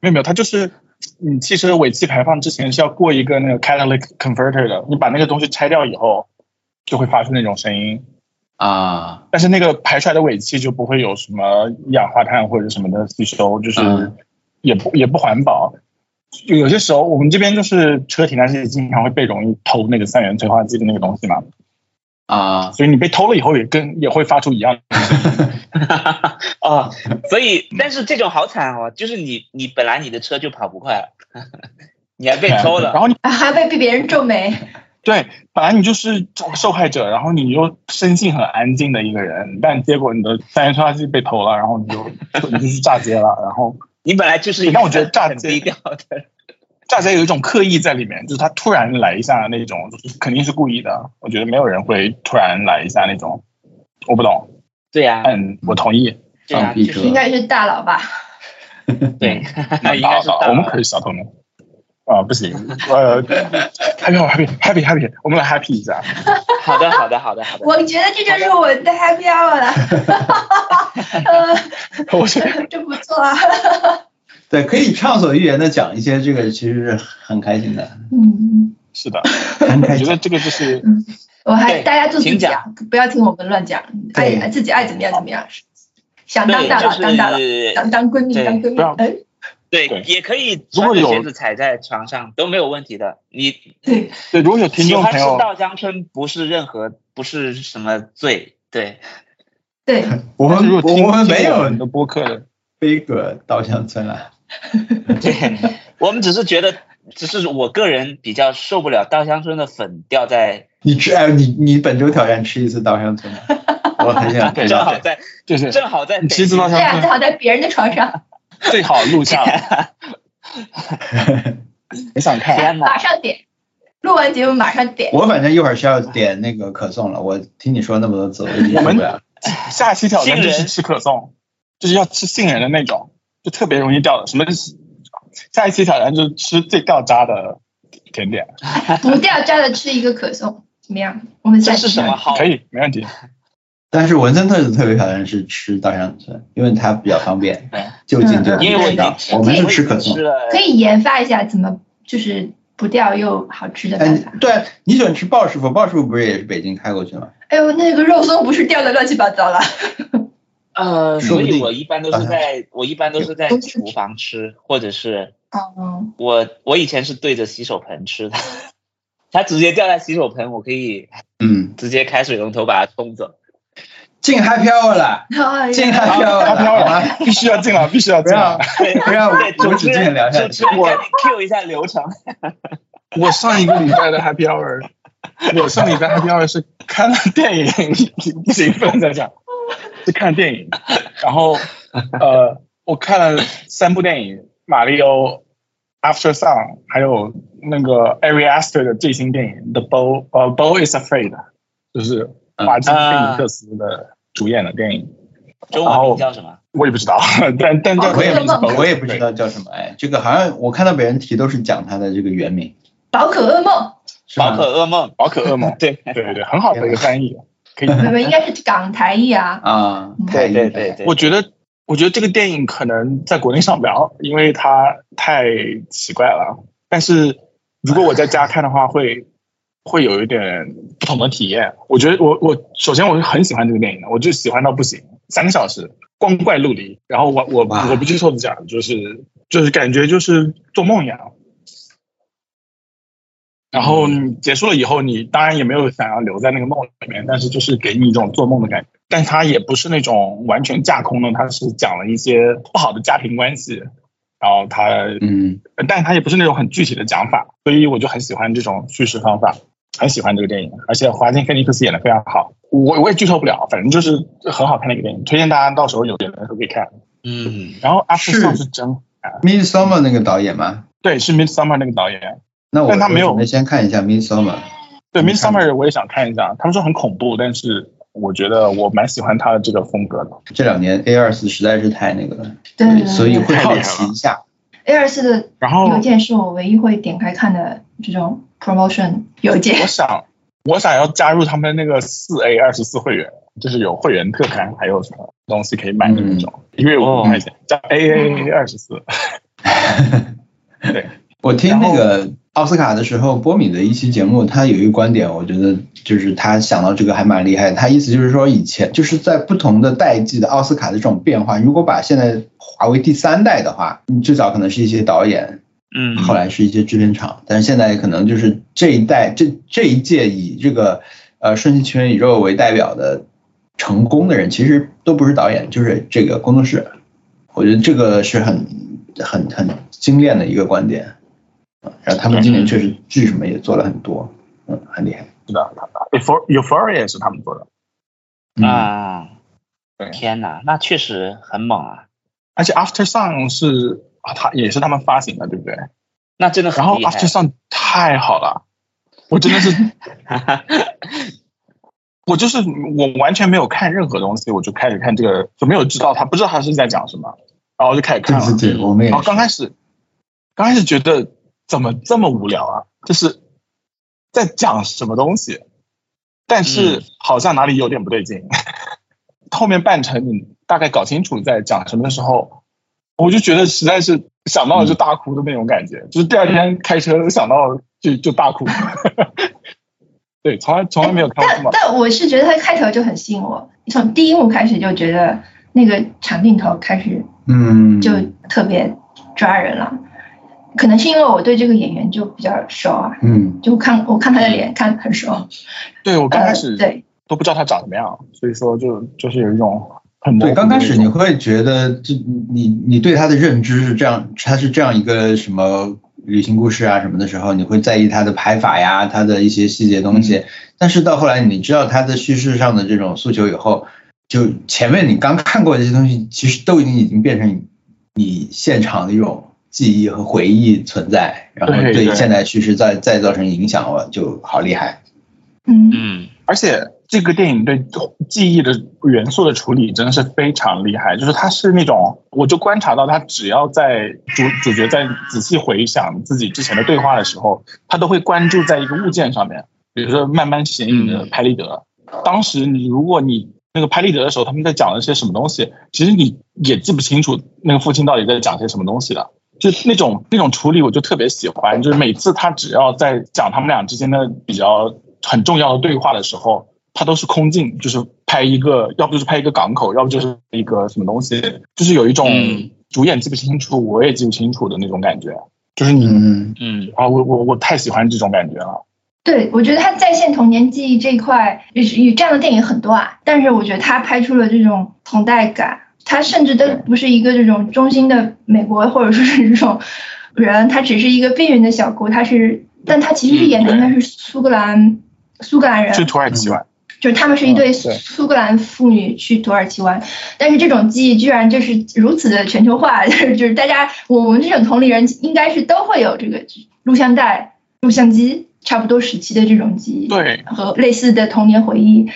Speaker 6: 没有没有，它就是你汽车尾气排放之前是要过一个那个 catalytic converter 的，你把那个东西拆掉以后，就会发出那种声音。
Speaker 2: 啊，
Speaker 6: 但是那个排出来的尾气就不会有什么一氧化碳或者什么的吸收，就是
Speaker 2: 嗯
Speaker 6: 也不、也不环保。有有些时候，我们这边就是车停在这里，经常会被容易偷那个三元催化剂的那个东西嘛，
Speaker 2: 啊，
Speaker 6: 所以你被偷了以后也跟也会发出一样的
Speaker 3: 哦，所以但是这种好惨哦，就是你你本来你的车就跑不快了， 你还被偷了
Speaker 2: 哎
Speaker 6: 然，后你
Speaker 5: 啊还被被别人皱眉，
Speaker 6: 对，本来你就是受害者，然后你又生性很安静的一个人，但结果你的三元催化剂被偷了，然后你就你就去炸街了。然后
Speaker 3: 你本来就是一个
Speaker 6: 那我觉得炸
Speaker 3: 很
Speaker 6: 街
Speaker 3: 低调的。
Speaker 6: 炸街有一种刻意在里面，就是他突然来一下那种，就是肯定是故意的。我觉得没有人会突然来一下那种，我不懂，
Speaker 3: 对呀、啊，
Speaker 6: 但我同意。
Speaker 3: 对
Speaker 2: 放
Speaker 3: 呀、啊，
Speaker 2: 屁
Speaker 3: 就是
Speaker 2: 车应
Speaker 5: 该是大佬吧？
Speaker 3: 对，应 该是
Speaker 6: 啊
Speaker 3: 大
Speaker 6: 我们可以小透明。啊、不行，呃，happy happy happy happy，我们来 happy 一下。
Speaker 3: 好的，好的，好的，好的。
Speaker 5: 觉得这就是我的 happy hour 了。
Speaker 6: 我是
Speaker 5: 这不错啊。
Speaker 2: 对，可以畅所欲言的讲一些这个，其实是很开心的，
Speaker 5: 嗯，
Speaker 6: 是的，
Speaker 2: 很
Speaker 6: 我
Speaker 2: 开
Speaker 6: 觉
Speaker 2: 心
Speaker 6: 得。这个就是
Speaker 5: 我还
Speaker 3: 对
Speaker 5: 大家就自己
Speaker 3: 请讲
Speaker 5: 讲，不要听我们乱讲，哎
Speaker 2: 对
Speaker 5: 爱自己爱怎么样怎么样，想当
Speaker 3: 对，
Speaker 5: 大
Speaker 3: 就
Speaker 5: 佬当大佬，
Speaker 3: 是
Speaker 5: 想当闺蜜
Speaker 3: 对
Speaker 5: 当闺
Speaker 6: 不要
Speaker 5: 蜜，哎，
Speaker 6: 对
Speaker 3: 对，也可以
Speaker 6: 如果
Speaker 3: 穿着
Speaker 6: 有
Speaker 3: 鞋子踩在床上都没有问题的。你
Speaker 5: 对，
Speaker 6: 对，如果有听
Speaker 3: 喜
Speaker 6: 众
Speaker 3: 欢
Speaker 6: 朋
Speaker 3: 吃
Speaker 6: 友，
Speaker 3: 稻香村不是任何不是什么罪， 对，
Speaker 5: 对，
Speaker 2: 我
Speaker 6: 但是
Speaker 2: 们
Speaker 6: 如果听
Speaker 2: 我们没
Speaker 6: 听我
Speaker 2: 有
Speaker 6: 们的播客的，
Speaker 2: 飞葛稻香村啊，
Speaker 3: 对，我们只是觉得只是我个人比较受不了稻香村的粉掉在，
Speaker 7: 你吃哎，你你本周挑战吃一次稻香村吗，啊我很想
Speaker 4: 对
Speaker 3: 正好在
Speaker 4: 就是
Speaker 3: 正好在
Speaker 4: 你吃一次稻香
Speaker 5: 对啊，
Speaker 4: 村
Speaker 5: 正好在别人的床上，
Speaker 4: 最好录下来， 很想看。
Speaker 3: 天
Speaker 5: 马
Speaker 3: 哪！
Speaker 5: 上点，录完节目马上点。
Speaker 7: 我反正一会儿是要点那个可颂了。我听你说那么多次，我已经受
Speaker 4: 我们
Speaker 7: 不了了。
Speaker 4: 下期挑战就
Speaker 3: 杏
Speaker 4: 是
Speaker 3: 仁
Speaker 4: 吃可颂，就是要吃杏仁的那种，就特别容易掉的。什么？下一期挑战就是吃最掉渣的甜点，
Speaker 5: 不掉渣的吃一个可颂，怎么样？我
Speaker 3: 嗯
Speaker 5: 们
Speaker 3: 这
Speaker 5: 再
Speaker 3: 是什么好
Speaker 4: 可？以，没问题。
Speaker 7: 但是文森特的特别挑战是吃稻香村，因为它比较方便
Speaker 3: 对，嗯
Speaker 7: 就近就
Speaker 3: 因为我已
Speaker 7: 近到
Speaker 3: 经。吃
Speaker 7: 我们是
Speaker 3: 我已
Speaker 7: 吃
Speaker 3: 经
Speaker 7: 可颂
Speaker 3: 吃。了
Speaker 5: 可以研发一下怎么就是不掉又好吃的办
Speaker 7: 哎
Speaker 5: 法。，
Speaker 7: 对，你喜欢吃鲍师傅，鲍师傅不是也是北京开过去吗？
Speaker 5: 哎呦，那个肉松不是掉的乱七八糟了？
Speaker 3: 呃，
Speaker 7: 说
Speaker 3: 所
Speaker 7: 不定
Speaker 3: 以我一般都是
Speaker 7: 嗯
Speaker 3: 在我一般都是在
Speaker 5: 都是
Speaker 3: 厨房吃，或者是
Speaker 5: 哦，
Speaker 3: 我我以前是对着洗手盆吃的， 它直接掉在洗手盆，我可以
Speaker 7: 嗯，
Speaker 3: 直接开水龙头把它冲走。
Speaker 7: 进 Happy Hour 了，
Speaker 5: 哎
Speaker 7: 进
Speaker 5: 呀
Speaker 7: Happy Hour
Speaker 4: 他飘了
Speaker 7: 了，好吗，
Speaker 3: 啊
Speaker 4: 必须要进了，必须要
Speaker 7: 不
Speaker 4: 进啊
Speaker 7: 要
Speaker 4: 了。
Speaker 3: 对
Speaker 7: 不要
Speaker 3: 对，
Speaker 7: 无
Speaker 3: 主持
Speaker 7: 止境
Speaker 3: 人
Speaker 7: 聊下
Speaker 3: 主
Speaker 7: 去。
Speaker 3: 持人赶紧 Q 一下流程。
Speaker 4: 我上一个礼拜的 Happy Hour，我上礼拜 Happy Hour 是看了电影，不行，不能再讲，是看电影。然后呃，我看了三部电影，《马里欧 After Sun》，还有那个 Ari Aster 的最新电影《The Bow》，呃，《Bow is Afraid》，就是
Speaker 7: 嗯
Speaker 4: 马丁·
Speaker 7: 啊
Speaker 4: 菲尼克斯的主演的电影。
Speaker 3: 中文名叫什么？
Speaker 4: 我也不知道， 但但但
Speaker 5: 宝
Speaker 7: 我
Speaker 5: 啊可
Speaker 7: 也不
Speaker 5: 梦
Speaker 7: 知道，我也不知道叫什么。哎，这个好像我看到别人提都是讲他的这个原名，
Speaker 5: 宝可噩梦，
Speaker 7: 是吗
Speaker 3: 宝可噩 梦。
Speaker 4: 宝可噩梦，对对对，很好的一个翻译，可以
Speaker 5: 没有，应该是港台译啊。
Speaker 7: 啊，
Speaker 3: 对对对对，
Speaker 4: 我觉得，我觉得这个电影可能在国内上不了，因为它太奇怪了。但是如果我在家看的话，会会有一点不同的体验。我觉得我我首先我是很喜欢这个电影的，我就喜欢到不行，三个小时光怪陆离。然后我我
Speaker 7: 哇
Speaker 4: 我不去瘦子讲，就是就是感觉就是做梦一样。然后你结束了以后，你当然也没有想要留在那个梦里面，但是就是给你一种做梦的感觉。但是它也不是那种完全架空的，它是讲了一些不好的家庭关系，然后它，
Speaker 7: 嗯，
Speaker 4: 但是它也不是那种很具体的讲法，所以我就很喜欢这种叙事方法，很喜欢这个电影，而且华金菲尼克斯演的非常好，我我也剧透不了，反正就是很好看的一个电影，推荐大家到时候有缘的时候可以看。
Speaker 3: 嗯，
Speaker 4: 然后 After Sun
Speaker 7: 是
Speaker 4: 是真，
Speaker 7: 《Midsummer》那个导演吗？
Speaker 4: 对，是 Midsummer 那个导演，
Speaker 7: 那我
Speaker 4: 但他没有
Speaker 7: 我准备先看一下《Midsummer》。
Speaker 4: 对
Speaker 7: 你看过
Speaker 4: Midsummer 我也想看一下，他们说很恐怖，但是我觉得我蛮喜欢他的这个风格的。
Speaker 7: 这两年 A 二四实在是太那个了，
Speaker 5: 对对对
Speaker 7: 所以会
Speaker 4: 太厉害
Speaker 7: 好
Speaker 4: 了
Speaker 7: 奇一下。
Speaker 5: A 二四的
Speaker 4: 然后
Speaker 5: 邮件是我唯一会点开看的这种 promotion 邮
Speaker 4: 我
Speaker 5: 件。
Speaker 4: 想，我想要加入他们那个四 A 二十四会员，就是有会员特刊，还有什么东西可以买的那种，
Speaker 3: 嗯
Speaker 4: 一个月
Speaker 3: 哦
Speaker 4: 五块钱，加 A A 二十四。对，
Speaker 7: 我听
Speaker 4: 然
Speaker 7: 那
Speaker 4: 后
Speaker 7: 个奥斯卡的时候，波米的一期节目，他有一个观点，我觉得就是他想到这个还蛮厉害。他意思就是说，以前就是在不同的代际的奥斯卡的这种变化，如果把现在划为第三代的话，你最早可能是一些导演，
Speaker 3: 嗯
Speaker 7: 后来是一些制片厂，但是现在可能就是这一代这这一届以这个呃《瞬息全宇宙》为代表的成功的人，其实都不是导演，就是这个工作室。我觉得这个是很很很精炼的一个观点。啊然后他们今年确实剧什么也做了很多，嗯，很厉害。
Speaker 4: 是的，Euphor- Euphoria 也是他们做的，
Speaker 7: 嗯，
Speaker 3: 啊
Speaker 4: 对，
Speaker 3: 天哪，那确实很猛啊！
Speaker 4: 而且 After Sun 是啊，它也是他们发行的，对不对？
Speaker 3: 那真的很
Speaker 4: 然后啊
Speaker 3: 厉害
Speaker 4: After Sun 太好了，我真的是 我就是我完全没有看任何东西，我就开始看这个，就没有知道他不知道他是在讲什么，然后就开始
Speaker 7: 对
Speaker 4: 看了。
Speaker 7: 对对，我们也
Speaker 4: 然
Speaker 5: 嗯
Speaker 4: 后哦
Speaker 7: 是。
Speaker 4: 刚开始，刚开始觉得怎么这么无聊啊？就是在讲什么东西，但是
Speaker 3: 嗯
Speaker 4: 好像哪里有点不对劲。后面半程你大概搞清楚在讲什么的时候，我就觉得实在是想到了
Speaker 5: 嗯
Speaker 4: 就大哭的那种感觉，就是第二天开车想到了就就大哭。 对，从来从来没有看过这
Speaker 5: 但
Speaker 4: 么
Speaker 5: 但我是觉得它开头就很吸引我，从第一幕开始就觉得那个长镜头开始
Speaker 7: 嗯，
Speaker 5: 就特别抓人了。可能是因为我对这个演员就比较熟啊，
Speaker 7: 嗯，
Speaker 5: 就看我看他的脸看很熟。
Speaker 4: 对我刚哦开
Speaker 5: 呃
Speaker 4: 始
Speaker 5: 对，
Speaker 4: 都不知道他长什么样，所以说就就是有一种很模
Speaker 7: 对，
Speaker 4: 糊
Speaker 7: 刚
Speaker 4: 的
Speaker 7: 开
Speaker 4: 那
Speaker 7: 始
Speaker 4: 种
Speaker 7: 你会觉得这你你对他的认知是这样，他是这样一个什么旅行故事啊什么的时候，你会在意它的拍法呀，它的一些细节东西。但是到后来，你知道它的叙事上的这种诉求以后，就前面你刚看过的这些东西，其实都已经已经变成你现场的一种记忆和回忆存在，然后
Speaker 4: 对
Speaker 7: 对
Speaker 4: 对
Speaker 7: 现代叙事再再造成影响，我就好厉害。
Speaker 8: 嗯，
Speaker 3: 嗯，
Speaker 4: 而且这个电影对记忆的元素的处理真的是非常厉害，就是它是那种，我就观察到他只要在主主角在仔细回想自己之前的对话的时候，他都会关注在一个物件上面，比如说慢慢显影的拍立得，当时你如果你那个拍立得的时候，他们在讲了些什么东西，其实你也记不清楚那个父亲到底在讲些什么东西的。就是那种那种处理，我就特别喜欢。就是每次他只要在讲他们俩之间的比较很重要的对话的时候，他都是空镜，就是拍一个，要不就是拍一个港口，要不就是一个什么东西，就是有一种
Speaker 3: 嗯
Speaker 4: 主演记不清楚，我也记不清楚的那种感觉。就是你、
Speaker 7: 嗯，
Speaker 3: 嗯，
Speaker 4: 啊，我我我太喜欢这种感觉了。
Speaker 5: 对，我觉得他在线童年记忆这一块，也是也这样的电影很多啊，但是我觉得他拍出了这种同代感，他甚至都不是一个这种中心的美国或者说是这种人，他只是一个边缘的小国，他是，但他其实是演的应该是苏格兰苏格兰人，啊
Speaker 4: 去土耳其玩，
Speaker 5: 就是他们是一对
Speaker 4: 嗯对
Speaker 5: 苏格兰妇女去土耳其玩，但是这种记忆居然就是如此的全球化， 就是就是大家我们这种同龄人应该是都会有这个录像带、录像机差不多时期的这种记忆，
Speaker 4: 对，
Speaker 5: 和类似的童年回忆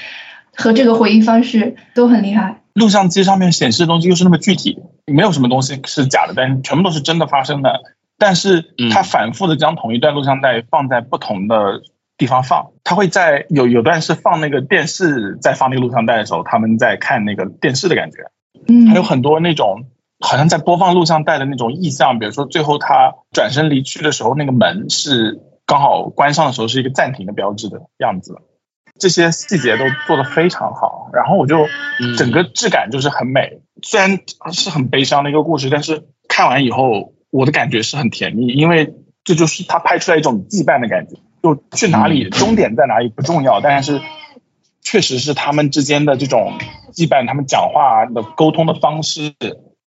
Speaker 5: 和这个回忆方式都很厉害。
Speaker 4: 录像机上面显示的东西又是那么具体，没有什么东西是假的，但是全部都是真的发生的。但是它反复的将同一段录像带放在不同的地方放，它会在有有段是放那个电视，在放那个录像带的时候，他们在看那个电视的感觉。
Speaker 5: 嗯
Speaker 4: 还有很多那种好像在播放录像带的那种意象，比如说最后他转身离去的时候，那个门是刚好关上的时候是一个暂停的标志的样子，这些细节都做得非常好。然后我就
Speaker 3: 嗯
Speaker 4: 整个质感就是很美，虽然是很悲伤的一个故事，但是看完以后我的感觉是很甜蜜，因为这就是他拍出来一种羁绊的感觉。就去哪里，终点在哪里不重要，但是确实是他们之间的这种羁绊，他们讲话的沟通的方式，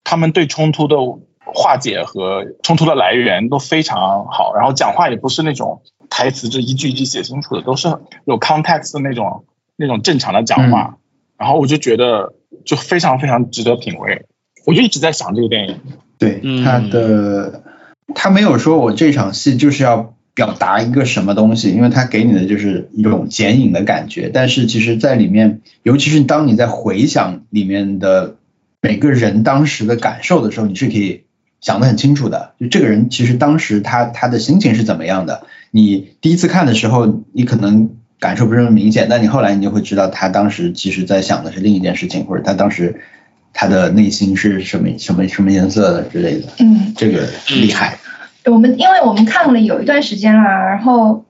Speaker 4: 他们对冲突的化解和冲突的来源都非常好，然后讲话也不是那种台词就一句一句写清楚的，都是有 context 的那种那种正常的讲话，然后我就觉得就非常非常值得品味，我就一直在想这个电影，
Speaker 7: 对
Speaker 3: 嗯
Speaker 7: 他的，他没有说我这场戏就是要表达一个什么东西，因为他给你的就是一种剪影的感觉。但是其实，在里面，尤其是当你在回想里面的每个人当时的感受的时候，你是可以想得很清楚的。就这个人其实当时他他的心情是怎么样的，你第一次看的时候，你可能感受不是那么明显，但你后来你就会知道，他当时其实在想的是另一件事情，或者他当时他的内心是什么什么什么颜色的之类的。
Speaker 5: 嗯。
Speaker 7: 这个厉害，
Speaker 5: 我们因为我们看了有一段时间了，然后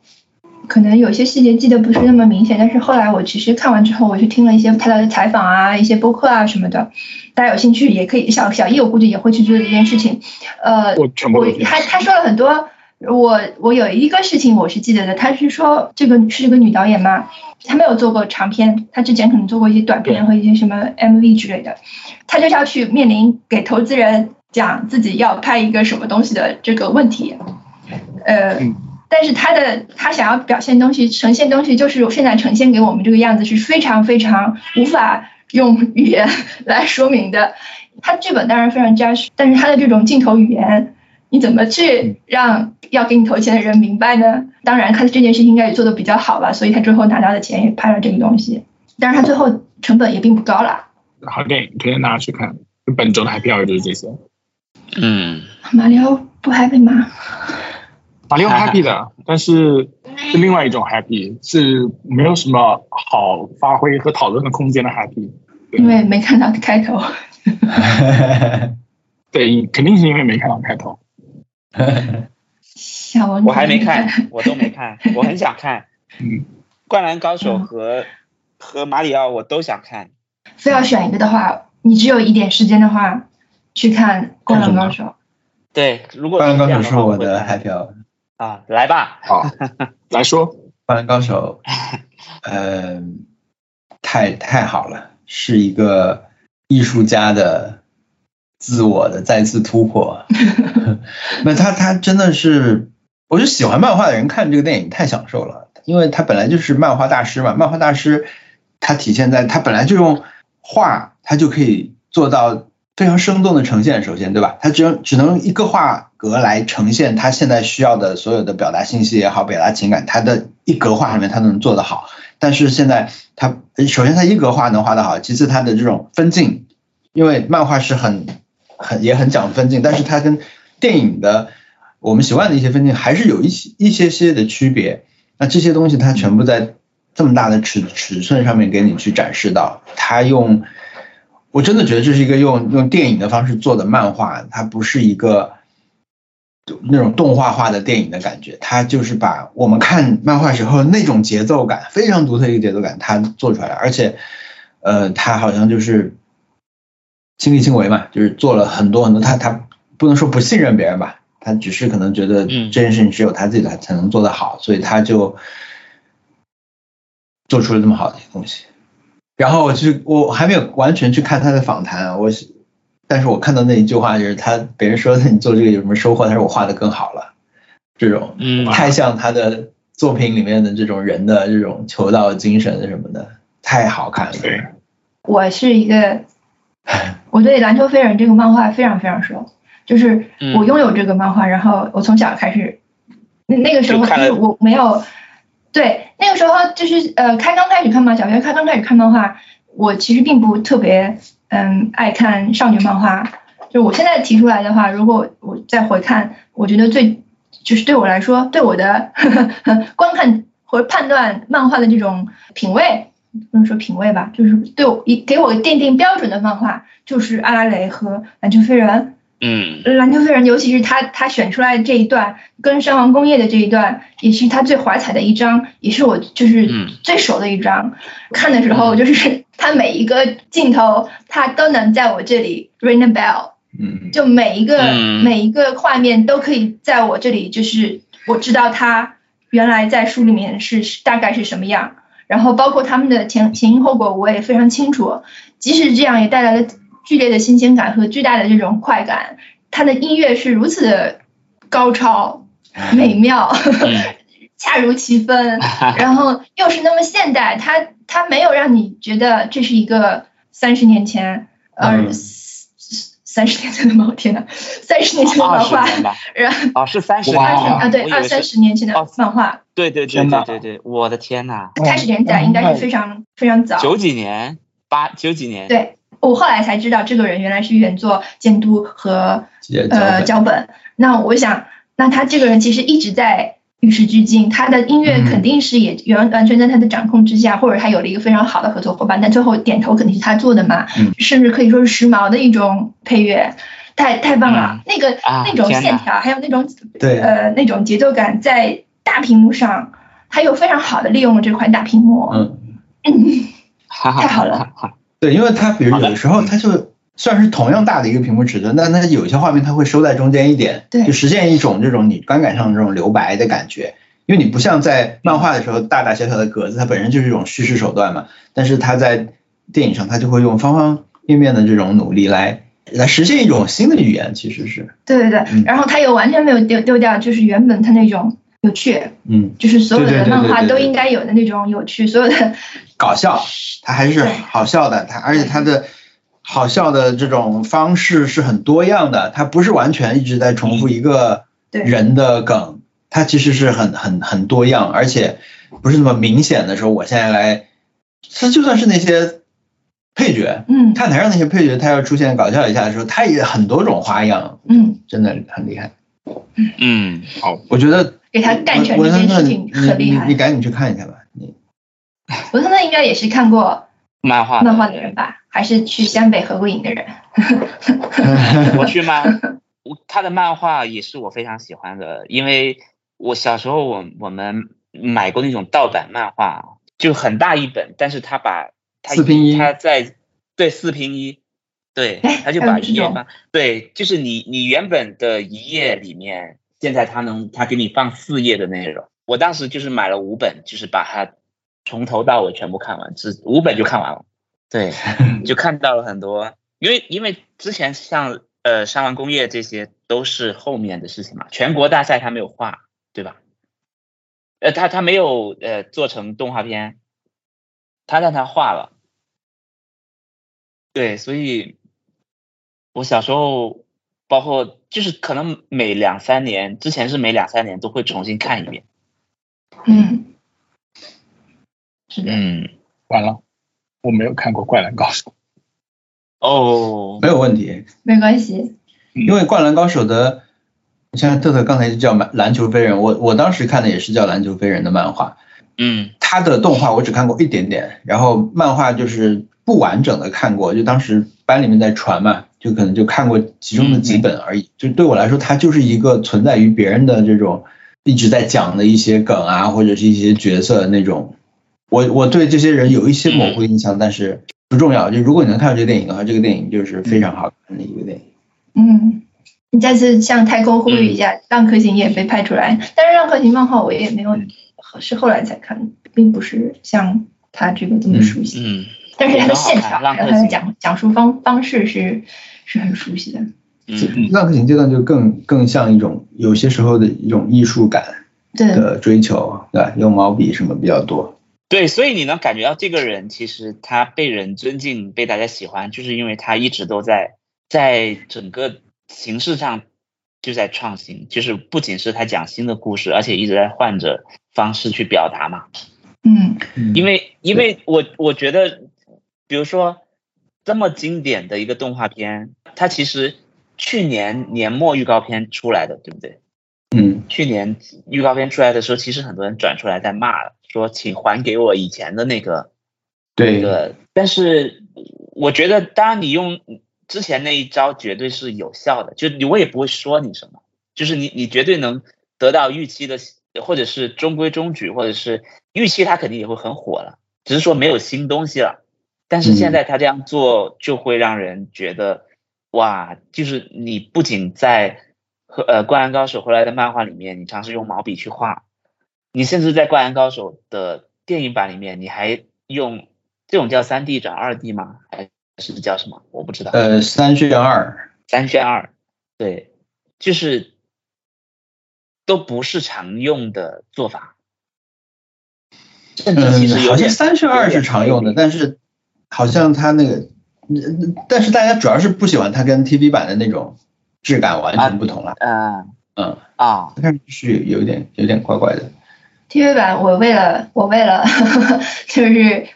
Speaker 5: 可能有些细节记得不是那么明显，但是后来我其实看完之后，我去听了一些他的采访啊、一些播客啊什么的，大家有兴趣也可以小小易，我估计也会去做这件事情。呃，
Speaker 4: 我全部
Speaker 5: 我
Speaker 4: 都记得
Speaker 5: 他他说了很多，我我有一个事情我是记得的，他是说这个是这个女导演嘛，她没有做过长片，她之前可能做过一些短片和一些什么 MV 之类的，她就是要去面临给投资人讲自己要拍一个什么东西的这个问题，呃。
Speaker 4: 嗯
Speaker 5: 但是她的她想要表现东西、呈现东西，就是现在呈现给我们这个样子是非常非常无法用语言 来说明的。她剧本当然非常扎实，但是她的这种镜头语言你怎么去让要给你投钱的人明白呢？当然，他这件事情应该也做得比较好吧，所以他最后拿到的钱也拍了这个东西。但是他最后成本也并不高啦。
Speaker 4: 好电影推荐大家去看。本周的 Happy Hour 就是这些，
Speaker 3: 嗯，
Speaker 5: 马里奥不 happy 吗？
Speaker 4: 马 里奥 happy 的，但是是另外一种 happy，是没有什么好发挥和讨论的空间的 happy。
Speaker 5: 因为没看到开头。
Speaker 4: 对，肯定是因为没看到开头。
Speaker 5: 小王，
Speaker 3: 我还没看，我都没看，我很想看，
Speaker 4: 嗯，
Speaker 3: 灌篮高手和和马里奥我都想看，
Speaker 5: 非要选一个的话，你只有一点时间的话，去看《灌篮高手》。
Speaker 3: 对，如
Speaker 7: 《
Speaker 3: 果
Speaker 7: 灌篮高手》是
Speaker 3: 说
Speaker 7: 我的 happy hour，《
Speaker 3: 啊，来吧，
Speaker 4: 好，来说，
Speaker 7: 灌篮高手》呃，太太好了，是一个艺术家的自我的再次突破， 那他他真的是，我就喜欢漫画的人看这个电影太享受了，因为他本来就是漫画大师嘛，漫画大师他体现在他本来就用画，他就可以做到非常生动的呈现，首先对吧？他只能只能一个画格来呈现他现在需要的所有的表达信息也好，表达情感，他的一格画里面他都能做得好。但是现在他首先他一格画能画得好，其次他的这种分镜，因为漫画是很很也很讲分镜，但是它跟电影的我们习惯的一些分镜还是有一些一些些的区别。那这些东西它全部在这么大的尺尺寸上面给你去展示到，它用我真的觉得这是一个用用电影的方式做的漫画，它不是一个那种动画化的电影的感觉，它就是把我们看漫画时候那种节奏感非常独特的一个节奏感，它做出来了，而且呃，它好像就是亲力亲为嘛，就是做了很多很多，他他不能说不信任别人吧，他只是可能觉得这件事情只有他自己才才能做得好，所以他就做出了这么好的一个东西。然后我去，我还没有完全去看他的访谈，啊我是，但是我看到那一句话就是他别人说你做这个有什么收获，他说我画的更好了，这种
Speaker 3: 嗯
Speaker 7: 太像他的作品里面的这种人的这种求道精神什么的，太好看了。
Speaker 4: 对
Speaker 5: 我是一 个，我对《篮球飞人》这个漫画非常非常熟，就是
Speaker 3: 嗯
Speaker 5: 我拥有这个漫画，然后我从小开始，那那个时候
Speaker 3: 就看了
Speaker 5: 就是我没有，对，那个时候就是呃，开刚开始看漫，小学开刚开始看漫画，我其实并不特别嗯爱看少女漫画，就我现在提出来的话，如果我再回看，我觉得最就是对我来说，对我的 观看或者判断漫画的这种品味，不能说品味吧，就是对我一给我奠定标准的漫画，就是阿拉蕾和篮球飞人。
Speaker 3: 嗯
Speaker 5: 篮球飞人，尤其是他他选出来的这一段跟山王工业的这一段，也是他最华彩的一章，也是我就是
Speaker 3: 嗯
Speaker 5: 最熟的一章。看的时候，就是 他每一个镜头，他都能在我这里 ring a bell。
Speaker 7: 嗯，
Speaker 5: 就每一个、
Speaker 3: 嗯
Speaker 5: 每一个画面都可以在我这里，就是我知道它原来在书里面是是大概是什么样，然后包括他们的前前因后果，我也非常清楚。即使这样，也带来了剧烈的新鲜感和巨大的这种快感。它的音乐是如此的高超、 美妙，
Speaker 3: 嗯
Speaker 5: 恰如其分，然后又是那么现代，它它没有让你觉得这是一个三十年前，呃
Speaker 7: 嗯，
Speaker 5: 三十年前的漫画，天呐， 三十年前的
Speaker 3: 二
Speaker 5: 漫
Speaker 3: 十
Speaker 5: 画，
Speaker 3: 年吧，
Speaker 5: 然后
Speaker 3: 哦，是三十年
Speaker 4: 哇
Speaker 5: 二十
Speaker 3: 吧
Speaker 5: 啊对
Speaker 3: 我以为
Speaker 5: 二
Speaker 3: 是
Speaker 5: 三十年前的
Speaker 3: 哦
Speaker 5: 漫画
Speaker 3: 对对对
Speaker 4: 天
Speaker 3: 对
Speaker 4: 哪
Speaker 3: 对对，我的天呐，
Speaker 5: 开始连载应该是非常非常早，
Speaker 3: 嗯九几年八九几年，
Speaker 5: 对我后来才知道这个人原来是原作监督和
Speaker 7: 也
Speaker 5: 呃脚本。那我想，那他这个人其实一直在与时俱进，他的音乐
Speaker 7: 嗯
Speaker 5: 肯定是也完完全在他的掌控之下，或者他有了一个非常好的合作伙伴，但最后点头肯定是他做的嘛，
Speaker 7: 嗯
Speaker 5: 甚至可以说是时髦的一种配乐，太太棒了，那个、
Speaker 3: 啊
Speaker 5: 那种
Speaker 3: 天
Speaker 5: 线
Speaker 3: 哪
Speaker 5: 条，还有那种
Speaker 7: 对，
Speaker 5: 呃那种节奏感，在大屏幕上，他有非常好的利用了这块大屏幕，
Speaker 7: 嗯。
Speaker 3: 哈哈，
Speaker 5: 太好了，
Speaker 7: 对，因为它比如有的时候它就虽然是同样大的一个屏幕尺寸，但它有些画面它会收在中间一点，
Speaker 5: 对
Speaker 7: 就实现一种这种你观感上的这种留白的感觉。因为你不像在漫画的时候大大小小的格子，它本身就是一种叙事手段嘛，但是它在电影上它就会用方方面面的这种努力来来实现一种新的语言，其实是，
Speaker 5: 对对对，
Speaker 7: 嗯
Speaker 5: 然后他又完全没有丢丢掉，就是原本他那种有趣。
Speaker 7: 嗯，
Speaker 5: 就是所有
Speaker 7: 对对
Speaker 5: 的
Speaker 7: 对
Speaker 5: 漫
Speaker 7: 对
Speaker 5: 画
Speaker 7: 对
Speaker 5: 都
Speaker 7: 对
Speaker 5: 应该有的那种有趣，所有的
Speaker 7: 搞笑，它还是
Speaker 5: 对
Speaker 7: 好笑的，它而且它的好笑的这种方式是很多样的，它不是完全一直在重复一个
Speaker 5: 嗯对
Speaker 7: 人的梗，它其实是很很很多样，而且不是那么明显的说我现在来，它就算是那些配角，
Speaker 5: 嗯
Speaker 7: 看台上那些配角，他要出现搞笑一下的时候，他也很多种花样，
Speaker 5: 嗯，
Speaker 7: 真的很厉害。
Speaker 3: 嗯，
Speaker 7: 我觉得
Speaker 5: 给他干成
Speaker 7: 文
Speaker 5: 这
Speaker 7: 文
Speaker 5: 件事
Speaker 7: 森特
Speaker 5: 情
Speaker 7: 你
Speaker 5: 很厉
Speaker 7: 你
Speaker 5: 害
Speaker 7: 你。赶紧去看一下吧，你
Speaker 5: 文森特应该也是看过
Speaker 3: 漫画
Speaker 5: 漫画的人吧，还是去湘北合过影的人？
Speaker 3: 我去 漫，我他的漫画也是我非常喜欢的，因为我小时候我我们买过那种盗版漫画，就很大一本，但是他把他
Speaker 7: 四拼一
Speaker 3: 他在对四拼一，对
Speaker 5: 哎，
Speaker 3: 他就
Speaker 5: 还有
Speaker 3: 把
Speaker 5: 这
Speaker 3: 一页
Speaker 5: 种
Speaker 3: 翻，对，就是你你原本的一页里面，现在他能他给你放四页的内容，我当时就是买了五本，就是把它从头到尾全部看完，只五本就看完了。 对，就看到了很多，因为因为之前像呃沙王工业这些，都是后面的事情嘛。全国大赛他没有画，对吧？呃，他他没有呃做成动画片，他让他画了。对，所以我小时候，包括就是可能每两三年，之前是每两三年都会重新看一遍。
Speaker 5: 嗯，是的，
Speaker 3: 嗯，
Speaker 4: 完了，我没有看过《灌篮高手》，
Speaker 3: 哦，
Speaker 7: 没有问题，
Speaker 5: 没关系。
Speaker 7: 因为《灌篮高手》的，像特特刚才就叫《篮球飞人》，我我当时看的也是叫《篮球飞人》的漫画，
Speaker 3: 嗯
Speaker 7: 他的动画我只看过一点点，然后漫画就是不完整的看过，就当时班里面在传嘛，就可能就看过其中的几本而已。就对我来说，它就是一个存在于别人的这种一直在讲的一些梗啊，或者是一些角色那种。我我对这些人有一些模糊印象，但是不重要。就如果你能看到这个电影的话，这个电影就是非常好看的一个电影。
Speaker 5: 嗯，你再次向太空呼吁一
Speaker 7: 嗯
Speaker 5: 下，浪客行》也被拍出来，但是《浪客行》漫画我也没有，是后来才看，并不是像他这个这么熟悉。
Speaker 3: 嗯
Speaker 5: 但是他的线条，
Speaker 3: 很好看
Speaker 5: 还有
Speaker 3: 浪
Speaker 5: 他
Speaker 3: 客
Speaker 5: 的
Speaker 3: 行
Speaker 5: 讲讲述方方式是是很熟悉的。
Speaker 3: 嗯
Speaker 7: 浪客行这段就更更像一种有些时候的一种艺术感
Speaker 5: 对，
Speaker 7: 的追求，对吧？用毛笔什么比较多。
Speaker 3: 对，所以你能感觉到这个人其实他被人尊敬、被大家喜欢，就是因为他一直都在在整个形式上就在创新，就是不仅是他讲新的故事，而且一直在换着方式去表达嘛。
Speaker 5: 嗯
Speaker 3: 因为因为我我觉得，比如说这么经典的一个动画片，它其实去年年末预告片出来的，对不对？
Speaker 7: 嗯，
Speaker 3: 去年预告片出来的时候，其实很多人转出来在骂了，说请还给我以前的那个那
Speaker 7: 对，
Speaker 3: 个。但是我觉得，当然你用之前那一招绝对是有效的，就你我也不会说你什么，就是你你绝对能得到预期的，或者是中规中矩，或者是预期它肯定也会很火了，只是说没有新东西了。但是现在他这样做，就会让人觉得，哇，就是你不仅在和呃《灌篮高手》回来的漫画里面，你尝试用毛笔去画，你甚至在《灌篮高手》的电影版里面，你还用这种叫三 D 转二 D 吗？还是叫什么？我不知道。
Speaker 7: 呃，三选二，
Speaker 3: 三选二，对，就是都不是常用的做法，甚至其
Speaker 7: 嗯
Speaker 3: 实，有
Speaker 7: 好像
Speaker 3: 点
Speaker 7: 三选二是常用的，但是好像它那个，嗯但是大家主要是不喜欢它跟 TV 版的那种质感完全不同了。
Speaker 3: 呃
Speaker 7: 嗯，
Speaker 3: 啊，
Speaker 7: 但是是有有一点有点怪怪的。
Speaker 5: TV 版，我为了我为了 就是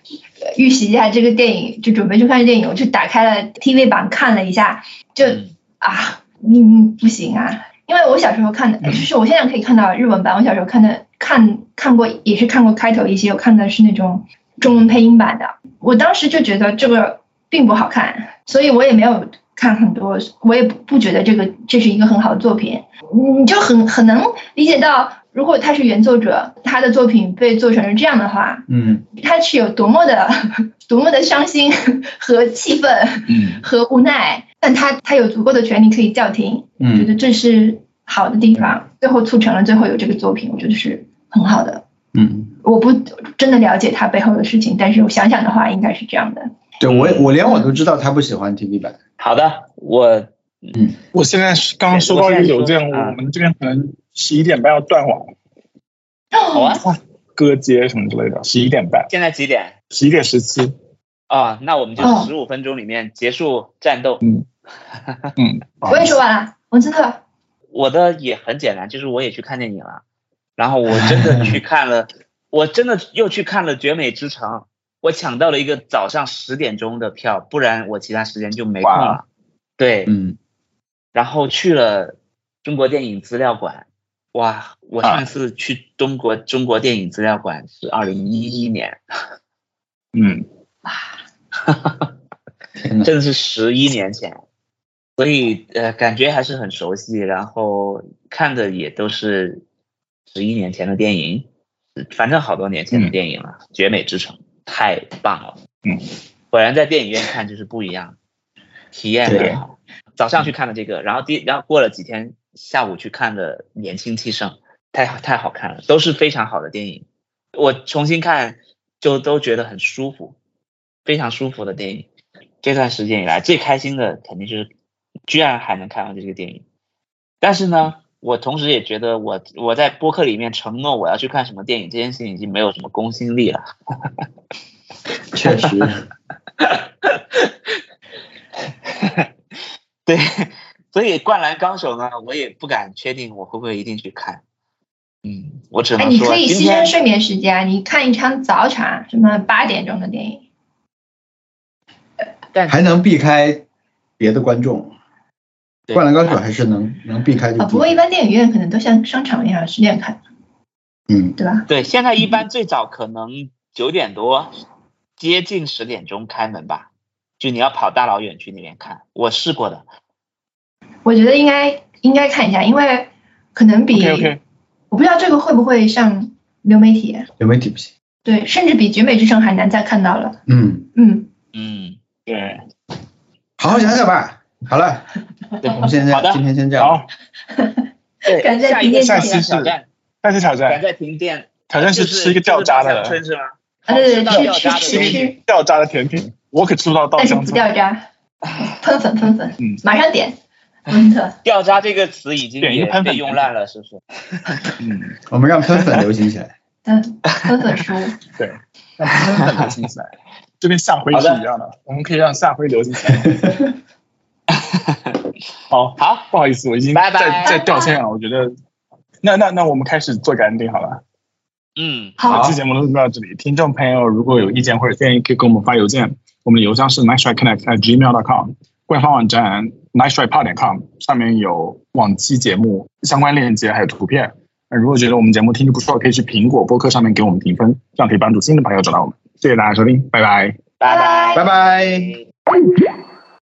Speaker 5: 预习一下这个电影，就准备去看电影，我就打开了 TV 版看了一下，就
Speaker 3: 嗯
Speaker 5: 啊，你你不行啊！因为我小时候看的，就是我现在可以看到日文版，我小时候看的看看过也是看过开头一些，我看的是那种中文配音版的，我当时就觉得这个并不好看，所以我也没有看很多，我也不不觉得这个这是一个很好的作品，你就很很能理解到，如果他是原作者，他的作品被做成了这样的话，
Speaker 7: 嗯，
Speaker 5: 他是有多么的 多么的伤心 和气愤
Speaker 4: 嗯，
Speaker 5: 和无奈，但他他有足够的权利可以叫停，我觉
Speaker 7: 嗯
Speaker 5: 得这是好的地方，最后促成了最后有这个作品，我觉得是很好的。
Speaker 7: 嗯，
Speaker 5: 我不真的了解他背后的事情，但是我想想的话，应该是这样的。
Speaker 7: 对我我连我都知道他不喜欢 TV 版。
Speaker 3: 好的，我
Speaker 4: 我现在是刚刚收到一个邮件，我
Speaker 3: 啊
Speaker 4: 们这边可能十一点半要断网，
Speaker 3: 好啊，
Speaker 4: 割接什么之类的，十一点半，
Speaker 3: 现在几点？
Speaker 4: 十一点十七，
Speaker 3: 啊，那我们就
Speaker 5: 哦
Speaker 3: 十五分钟里面结束战斗。
Speaker 5: 我
Speaker 7: 哦
Speaker 5: 也说完了，文森特，
Speaker 3: 我的也很简单，就是我也去看电影了，然后我真的去看了，我真的又去看了《绝美之城》，我抢到了一个早上十点钟的票，不然我其他时间就没空了。对，
Speaker 7: 嗯，
Speaker 3: 然后去了中国电影资料馆，哇！我上次去中国、中国电影资料馆是二零一一年，
Speaker 4: 嗯，
Speaker 7: 天哪，
Speaker 3: 真的是十一年前，所以呃，感觉还是很熟悉，然后看的也都是十一年前的电影，反正好多年前的电影了，绝美之城》太棒了，
Speaker 4: 嗯，
Speaker 3: 果然在电影院看就是不一样，体验很好。早上去看的这个，然后第然后过了几天，下午去看的《年轻气盛》，太好太好看了，都是非常好的电影，我重新看就都觉得很舒服，非常舒服的电影。这段时间以来最开心的肯定就是，居然还能看到这个电影，但是
Speaker 5: 嗯
Speaker 3: 呢，我同时也觉得我我在播客里面承诺我要去看什么电影这件事情已经没有什么公信力了。
Speaker 7: 确实，
Speaker 3: 对，所以《灌篮高手》呢，我也不敢确定我会不会一定去看。嗯，我只
Speaker 5: 哎，
Speaker 3: 能
Speaker 5: 你
Speaker 3: 说
Speaker 5: 可以
Speaker 3: 今
Speaker 5: 牺牲
Speaker 3: 天
Speaker 5: 睡眠时间啊，你看一场早场，什么八点钟的电影，
Speaker 7: 还能避开别的观众。
Speaker 3: 对
Speaker 7: 灌 篮高手还是能能避开就
Speaker 5: 啊、
Speaker 7: 避
Speaker 5: 不过一般电影院可能都像商场一样十点开，
Speaker 7: 嗯，
Speaker 5: 对吧？
Speaker 3: 对，现在一般最早可能九点多，接近十点钟开门吧。就你要跑大老远去那边看，我试过的。
Speaker 5: 我觉得应该应该看一下，因为可能
Speaker 3: 嗯
Speaker 5: 比
Speaker 4: OK，OK
Speaker 5: 我不知道这个会不会上流媒体，
Speaker 7: 有没有底不行？
Speaker 5: 对，甚至比《绝美之城》还难再看到了。
Speaker 7: 嗯，
Speaker 5: 嗯，
Speaker 3: 嗯，
Speaker 4: 对，
Speaker 7: 好好想想吧。好了，
Speaker 3: 对
Speaker 7: 我们现
Speaker 3: 好
Speaker 7: 在
Speaker 3: 的
Speaker 7: 今天先这样。
Speaker 4: 好，
Speaker 3: 对，
Speaker 5: 感谢
Speaker 3: 下一个
Speaker 5: 停电
Speaker 3: 挑战挑
Speaker 4: 挑战
Speaker 3: 战，
Speaker 4: 再次挑
Speaker 3: 敢
Speaker 4: 战，
Speaker 3: 在停电，
Speaker 4: 挑战
Speaker 3: 就是
Speaker 4: 吃一个掉渣的
Speaker 3: 就是稻香村是吗？
Speaker 5: 啊对对
Speaker 3: 好吃
Speaker 5: 对，
Speaker 3: 到掉
Speaker 5: 吃
Speaker 3: 渣
Speaker 5: 吃
Speaker 3: 的
Speaker 5: 吃
Speaker 3: 东西
Speaker 5: 吃，
Speaker 4: 掉渣的甜品，我可吃不到稻
Speaker 5: 但是
Speaker 4: 香
Speaker 5: 不
Speaker 3: 哎
Speaker 4: 村。
Speaker 5: 掉 渣，喷粉喷粉
Speaker 4: 嗯，
Speaker 5: 马上点，温特。
Speaker 3: 掉渣这个词已经
Speaker 4: 点一
Speaker 3: 也
Speaker 4: 个喷
Speaker 3: 被
Speaker 4: 粉
Speaker 3: 用烂了，是不是？
Speaker 4: 嗯，
Speaker 7: 我们让喷粉流行起来。
Speaker 5: 嗯，分粉书，
Speaker 4: 那喷粉流行起来，就跟夏辉是一样的，我们可以让夏辉流行起来。好，
Speaker 3: 好，
Speaker 4: 不好意思，我已经
Speaker 3: 拜拜
Speaker 4: 在在掉线了，我觉得。那那那我们开始做赶定好了。
Speaker 3: 嗯，
Speaker 4: 本
Speaker 5: 好
Speaker 4: 期，节目就到这里。听众朋友如果有意见或者建议，可以给我们发邮件，我们的邮箱是 nice try connect at gmail com，官方网站 nice try pod com 上面有往期节目相关链接还有图片。那如果觉得我们节目听着不错，可以去苹果播客上面给我们评分，这样可以帮助新的朋友找到我们。谢谢大家收听，拜拜。
Speaker 3: 拜拜。
Speaker 7: 拜拜。